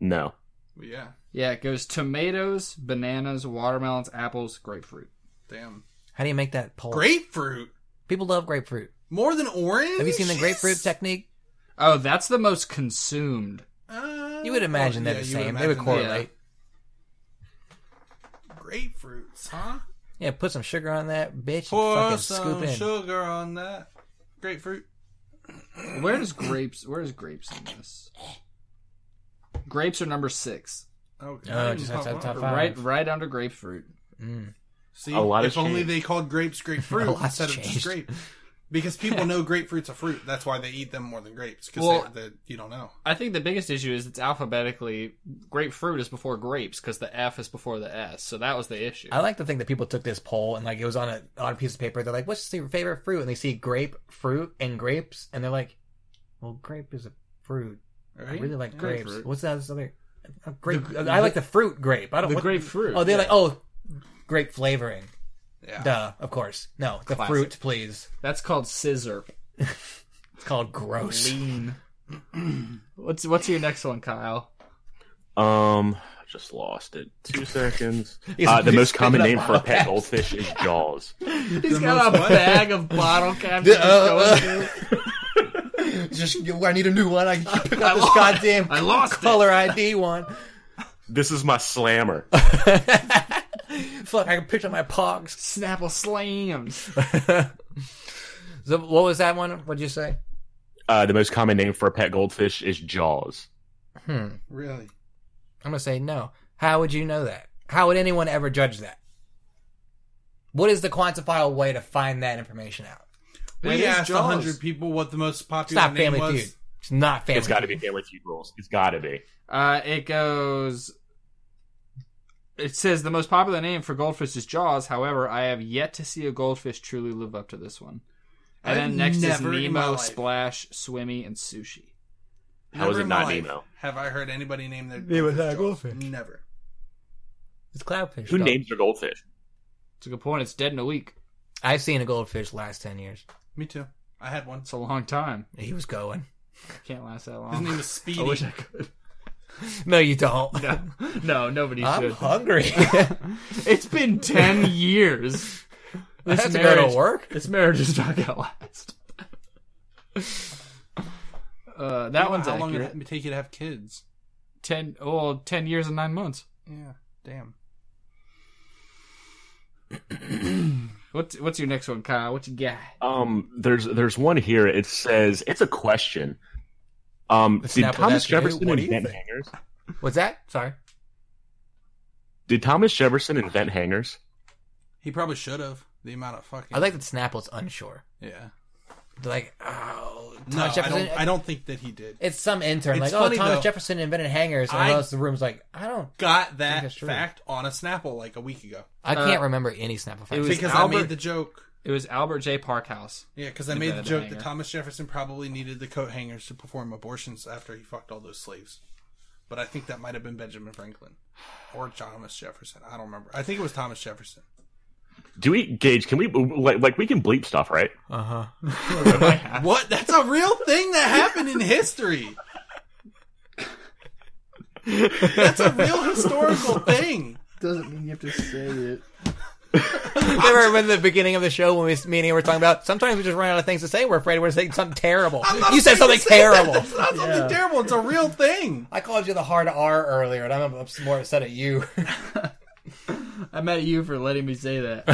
No. But yeah. yeah, it goes tomatoes, bananas, watermelons, apples, grapefruit. Damn. How do you make that poll? Grapefruit? People love grapefruit. More than orange? Have you seen the grapefruit technique? Oh, that's the most consumed. Uh, Oh, You would imagine yeah, they're the you same. They imagine would that. correlate. that. Grapefruits, huh? Yeah, put some sugar on that bitch and Pour fucking some scoop in. sugar on that. Grapefruit. Where does grapes? Where is grapes in this? Grapes are number six, Oh, Oh, just outside top five. right? Right under grapefruit. Mm. See, A lot if has only changed. they called grapes grapefruit A lot's instead of just changed. grape. because people know grapefruit's a fruit. That's why they eat them more than grapes because Well- you don't know. I think the biggest issue is it's alphabetically grapefruit is before grapes because the F is before the S. So that was the issue. I like to think that people took this poll and like it was on a on a piece of paper. They're like, "What's your favorite fruit?" And they see grape fruit and grapes, and they're like, "Well, grape is a fruit. I Right? really like Yeah. grapes. Grapefruit. What's that other a grape? The- I like the fruit grape. I don't the what- grapefruit. Oh, they're like, oh, grape flavoring. Yeah. Duh, of course. No, the Classic. fruit, please. that's called scissor. It's called gross. Lean. what's what's your next one, Kyle? Um, I just lost it. Two seconds. Uh, the most common name for a pet goldfish is Jaws. He's The got a most what? bag of bottle caps. Yeah, he's uh, going uh. through. Just, I need a new one. I can pick I up this lost- goddamn I lost it. color ID one. This is my slammer. Fuck, I can picture my pogs. Snapple slams. So what was that one? What'd you say? Uh, the most common name for a pet goldfish is Jaws. Hmm. I'm Really? gonna say no. How would you know that? How would anyone ever judge that? What is the quantifiable way to find that information out? It We is asked Jaws. hundred people what the most It's popular not name Family was. Feud. It's not Family. It's got to be Feud. Family Feud rules. It's got to be. Uh, it goes. It says the most popular name for goldfish is Jaws. However, I have yet to see a goldfish truly live up to this one. And I've then next is never in my Nemo, life- Splash, Swimmy, and Sushi. How is Never it in my not life Nemo? Have I heard anybody name their Name of that Jaws. goldfish. Never. It's cloudfish. Who dog. names their goldfish? It's a good point. It's dead in a week. I've seen a goldfish last ten years. Me too. I had one. It's a long time. He was going. Can't last that His name long. was Speedy. I wish I could. No, you don't. No, no nobody I'm should. hungry. It's been ten years. I have to go marriage- to work. This marriage is not gonna last. Uh, that Wow, one's how accurate. long did it take you to have kids? ten well ten years and nine months. Yeah. Damn. What's what's your next one, Kyle? What you got? Um, there's there's one here. It says it's a question. Um, It's did Snapple Thomas asking, "Hey, Jefferson what do you invent think?" hangers? What's that? Sorry. Did Thomas Jefferson invent hangers? He probably should have. The amount of fucking. I like that Snapple's unsure. Yeah. They're like, oh, Thomas No, I Jefferson. don't. I don't think that he did. It's some intern It's like, funny, oh, Thomas though. Jefferson invented hangers, and I- all else the room's like, I don't, Got think that that's true. fact on a Snapple like a week ago I Uh, can't remember any Snapple It facts. was because I Albert- made the joke. It was Albert J. Parkhouse. Yeah, because I The made bed the and joke hanger. that Thomas Jefferson probably needed the coat hangers to perform abortions after he fucked all those slaves. But I think that might have been Benjamin Franklin or Thomas Jefferson. I don't remember. I think it was Thomas Jefferson. Do we gauge? Can we like like we can bleep stuff, right? Uh huh. That's What? That's a real thing that happened in history. That's a real historical thing. doesn't mean you have to say it. Remember when the beginning of the show when we was meeting, we were talking about sometimes we just run out of things to say. We're afraid we're saying something terrible. not You said afraid to something say that. terrible. That's not something terrible. It's a real thing. I called you the hard R earlier, and I'm ups- more upset at you. I'm mad at you for letting me say that.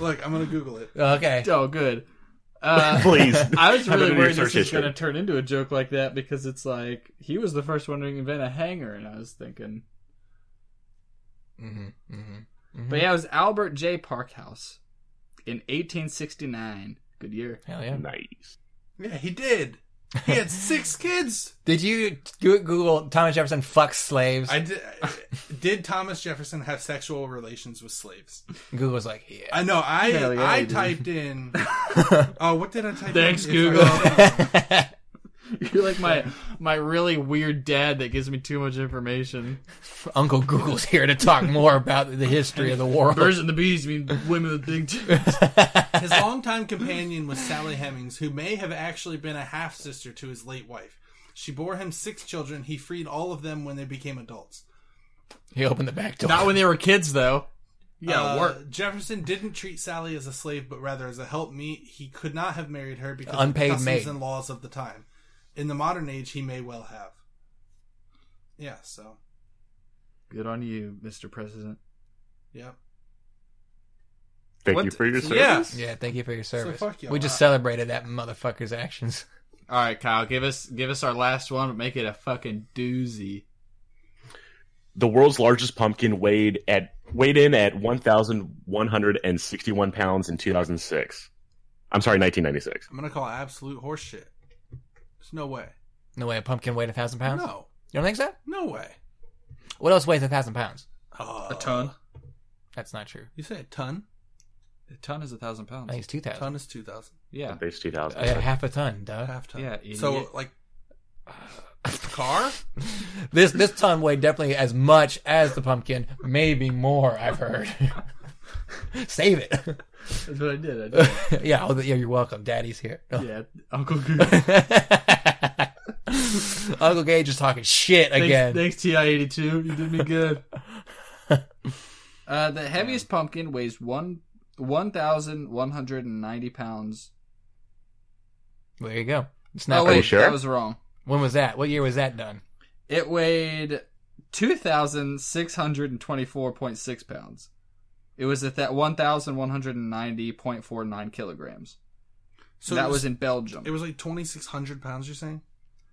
Look, I'm gonna Google it. okay. oh, good. Uh, Please. I was Have a really new worried this search was history. going to turn into a joke like that because it's like he was the first one to invent a hanger, and I was thinking, Mm-hmm, mm-hmm. but yeah, it was Albert J. Parkhouse in 1869. Good year. Hell yeah. Nice. Yeah, he did. He had six kids. Did you go- Google Thomas Jefferson fucks slaves? I did. Did Thomas Jefferson have sexual relations with slaves? Google's like, yeah. I know. I Hell yeah, I he did. typed in. Oh, what did I type? Thanks, in? Google. I- You're like my my really weird dad that gives me too much information. Uncle Google's here to talk more about the history of the world. Birds and the bees mean women with big tits. His longtime companion was Sally Hemings, who may have actually been a half sister to his late wife. She bore him six children. He freed all of them when they became adults. He opened the back door. Not when they were kids, though. Yeah, Uh, work. Jefferson didn't treat Sally as a slave, but rather as a helpmeet. He could not have married her because Unpaid of the customs maid. and laws of the time. In the modern age, he may well have. Yeah. So. Good on you, Mr. President. Yep. Thank What- you for your service. Yeah. Yeah, thank you for your service. fuck Uh, you. we just celebrated that motherfucker's actions. All right, Kyle, give us give us our last one, but make it a fucking doozy. The world's largest pumpkin weighed at weighed in at one thousand one hundred and sixty one pounds in two thousand six. I'm sorry, 1996. I'm gonna call it absolute horseshit. There's no way. No way a pumpkin weighed a thousand pounds? No, You don't think so? no way. What else weighs a thousand pounds? Uh, A ton. That's not true. You say a ton? A ton is a thousand I pounds. think it's two A thousand. ton is two thousand. Yeah. Base 2000. Uh, yeah, half a ton, duh. Half ton. Yeah. idiot. So like a car? This this ton weighed definitely as much as the pumpkin, maybe more. I've heard. Save it. that's what I did. I did. yeah, oh, yeah, you're welcome. Daddy's here. No. yeah. Uncle Goo. Uncle Gage is talking shit again. Thanks, thanks TI-82. You did me good. uh, the heaviest pumpkin weighs one one thousand one hundred and ninety pounds. There you go. It's Oh not. wait, sure? that was wrong. When was that? What year was that done? It weighed two thousand six hundred and twenty-four point six pounds. It was at that one thousand one hundred and ninety point four nine kilograms. So that it was in Belgium. It was like twenty six hundred pounds. You're saying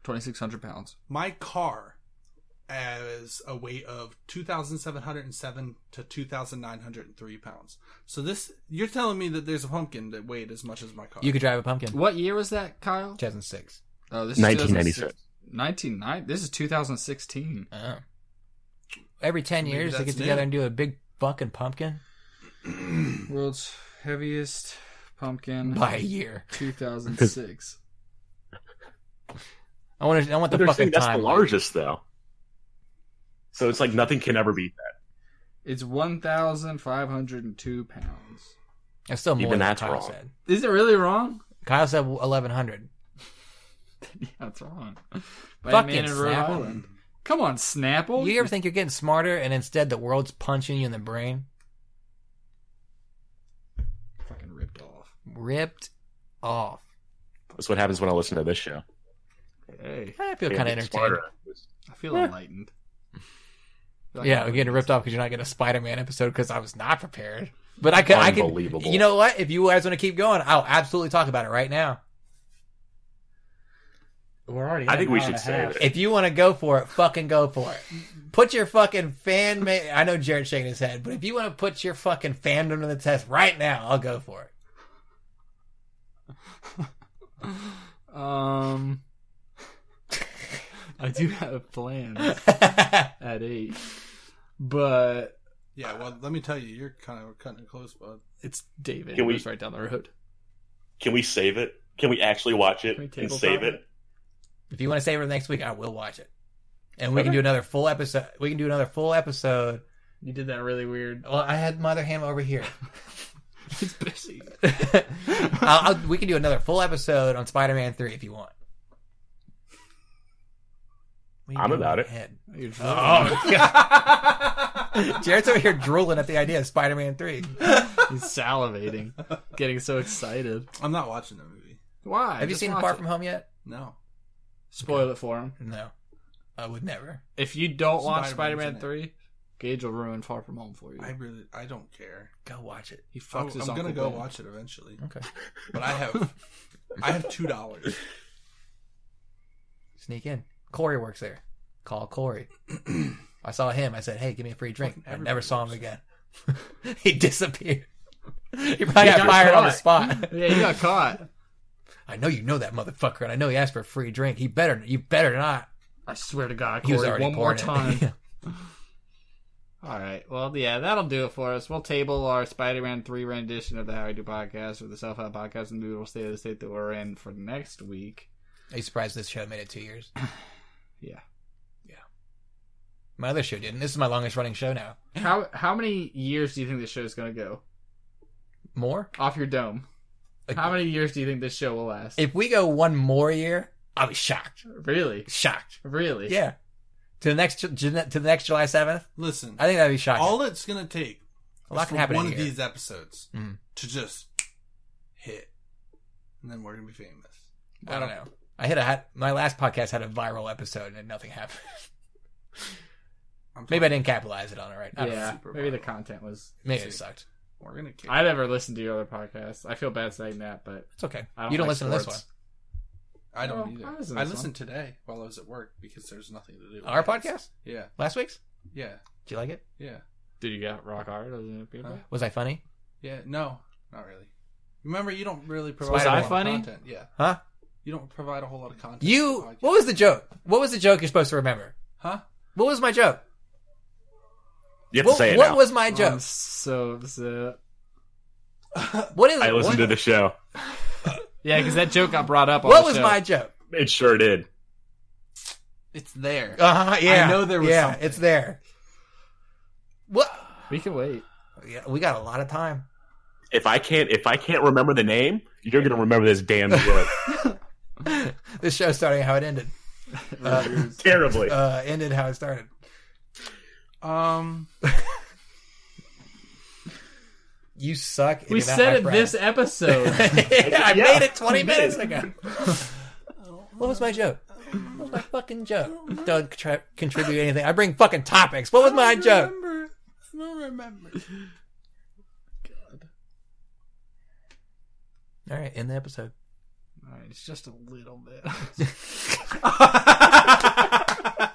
twenty-six hundred pounds. my car has a weight of two thousand seven hundred and seven to two thousand nine hundred and three pounds. So this, you're telling me that there's a pumpkin that weighed as much as my car. Uh, You could drive a pumpkin. What year was that, Kyle? 2006. Oh, this 1996. 1990. This is 2016. Oh. Every ten Maybe years they that's get together new. and do a big fucking pumpkin World's heaviest pumpkin. by a year. 2006. I want to. I want the They're fucking saying that's the time. largest, though. So it's like nothing can ever beat that. it's 1,502 pounds. That's still more Even than that's Kyle wrong. said. Is it really wrong? Kyle said 1100. yeah, it's wrong. By Fucking a man in Rhode Snapple. Island. Mm. Come on, Oh, Snapple. You ever think you're getting smarter and instead the world's punching you in the brain? fucking ripped off. Ripped off. That's what happens when I listen to this show. Hey, I feel Yeah, kind of get entertained. smarter. I feel enlightened. Yeah, we're getting ripped off because you're not getting a Spider-Man episode because I was not prepared. But I could, I could. Unbelievable. You know what? If you guys want to keep going, I'll absolutely talk about it right now. We're already. I think we should say that. If you want to go for it, fucking go for it. Put your fucking fan. Ma- I know Jared's shaking his head, but if you want to put your fucking fandom to the test right now, I'll go for it. Um, I do have plans at eight, but yeah. Well, let me tell you, you're kind of cutting it close, bud. it's David. Can we- It's right down the road. Can we save it? Can we actually watch it Can we and tabletop save it? it? if you want to save it for next week, I will watch it, and we can do another full episode. We can do another full episode. You did that really weird. Well, I had my other hand over here. It's busy. I'll, I'll, we can do another full episode on Spider-Man Three if you want. What are you I'm doing about with it. your head? You're just- Oh. Jared's over here drooling at the idea of Spider-Man Three. He's salivating, getting so excited. I'm not watching the movie. Why? Have you Just seen watch Far it. From Home yet? No. Spoil it for him. No, I would never. If you don't watch Spider-Man Spider-Man's three, Gage will ruin Far From Home for you. I really, I don't care. Go watch it. he I'm, fucks his Oh, I'm Uncle gonna go Ben. watch it eventually, Okay. but I have, I have two dollars. Sneak in. Corey works there. Call Corey. I saw him. I said, "Hey, give me a free drink." Fucking I never everybody saw him works again. he disappeared. He probably got got fired on the caught. spot. Yeah, you got caught. I know you know that motherfucker, and I know he asked for a free drink. He better. You better not. I swear to God, He was Corey, already one more pouring it. time. All right. Well, yeah, that'll do it for us. We'll table our Spider-Man 3 rendition of the How I Do podcast or the Self Help podcast and we will stay of the state that we're in for next week. Are you surprised this show made it two years? Yeah. My other show didn't. This is my longest running show now. How how many years do you think this show's going to go? More? Off your dome. Like, How many years do you think this show will last? If we go one more year, I'll be shocked. really? Shocked. Really? Yeah. To the next Ju- Ju- to the next July seventh, Listen, I think that'd be shocking. all it's gonna take a lot is can for happen in one a of year. these episodes Mm. to just hit, and then we're gonna be famous. I don't know. I hit a hat. My last podcast had a viral episode and nothing happened. I'm Maybe I sorry. didn't capitalize it on it right. I don't know. Yeah. Super Maybe the viral. content was Maybe it sucked. We're gonna kick. I never listened to your other podcasts. I feel bad saying that, but It's okay. I don't you don't like listen to this sports. I don't Oh, either. I listened to I this listened today while I was at work because there's nothing to do. one. Our podcast, Yeah, last week's. yeah, Did you like it? yeah, Dude, you got rock hard? as a people? Huh? Was I funny? yeah. No, not really. Remember, you don't really provide Was a I lot of funny? content. Yeah. Huh? You don't provide a whole lot of content. on You. the podcast. What was the joke? What was the joke you're supposed to remember? Huh? What was my joke? You have What, to say it what now. was my I'm joke? so upset. Um, What is? I listened what, to the show. Yeah, because that joke got brought up. On What the was show. my joke? It sure did. It's there. Uh-huh, Uh, yeah, I know there was Yeah, something. it's there. What? We can wait. Yeah, we got a lot of time. If I can't, if I can't remember the name, you're gonna remember this damn joke This show starting how it ended. Uh, terribly. uh, ended how it started. Uh, Um. You suck. and we you're not said it my this friend. episode. I Yeah, made it 20 you did minutes it. ago. what was my joke? What was my fucking joke? Don't contra- contribute anything. I bring fucking topics. What was my joke? Remember? I don't remember. All right, end the episode. All right, it's just a little bit.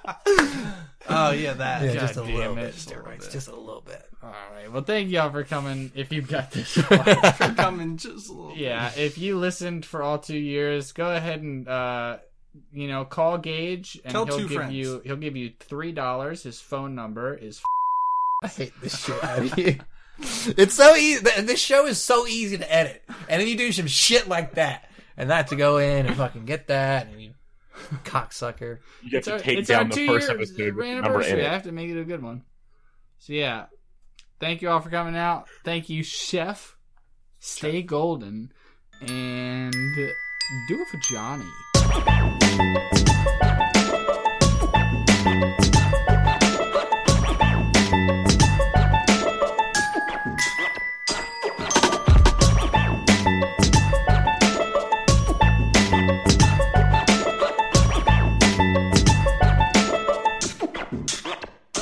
Oh yeah, that. Yeah, God just a damn little it. bit. Just Just a a, little bit. just a little bit. All right. Well, thank y'all for coming. If you've got this far. They're coming just a little. yeah if you listened for all two years go ahead and uh you know call gage and Tell he'll two give friends. you he'll give you three dollars his phone number is I hate this shit out of you. It's so easy. th- This show is so easy to edit, and then you do some shit like that, and not to go in and fucking get that, and you cocksucker. You have our- to take it's down our the two first year episode. with the Number in anniversary i it. have to make it a good one so yeah thank you all for coming out thank you chef stay golden and do it for johnny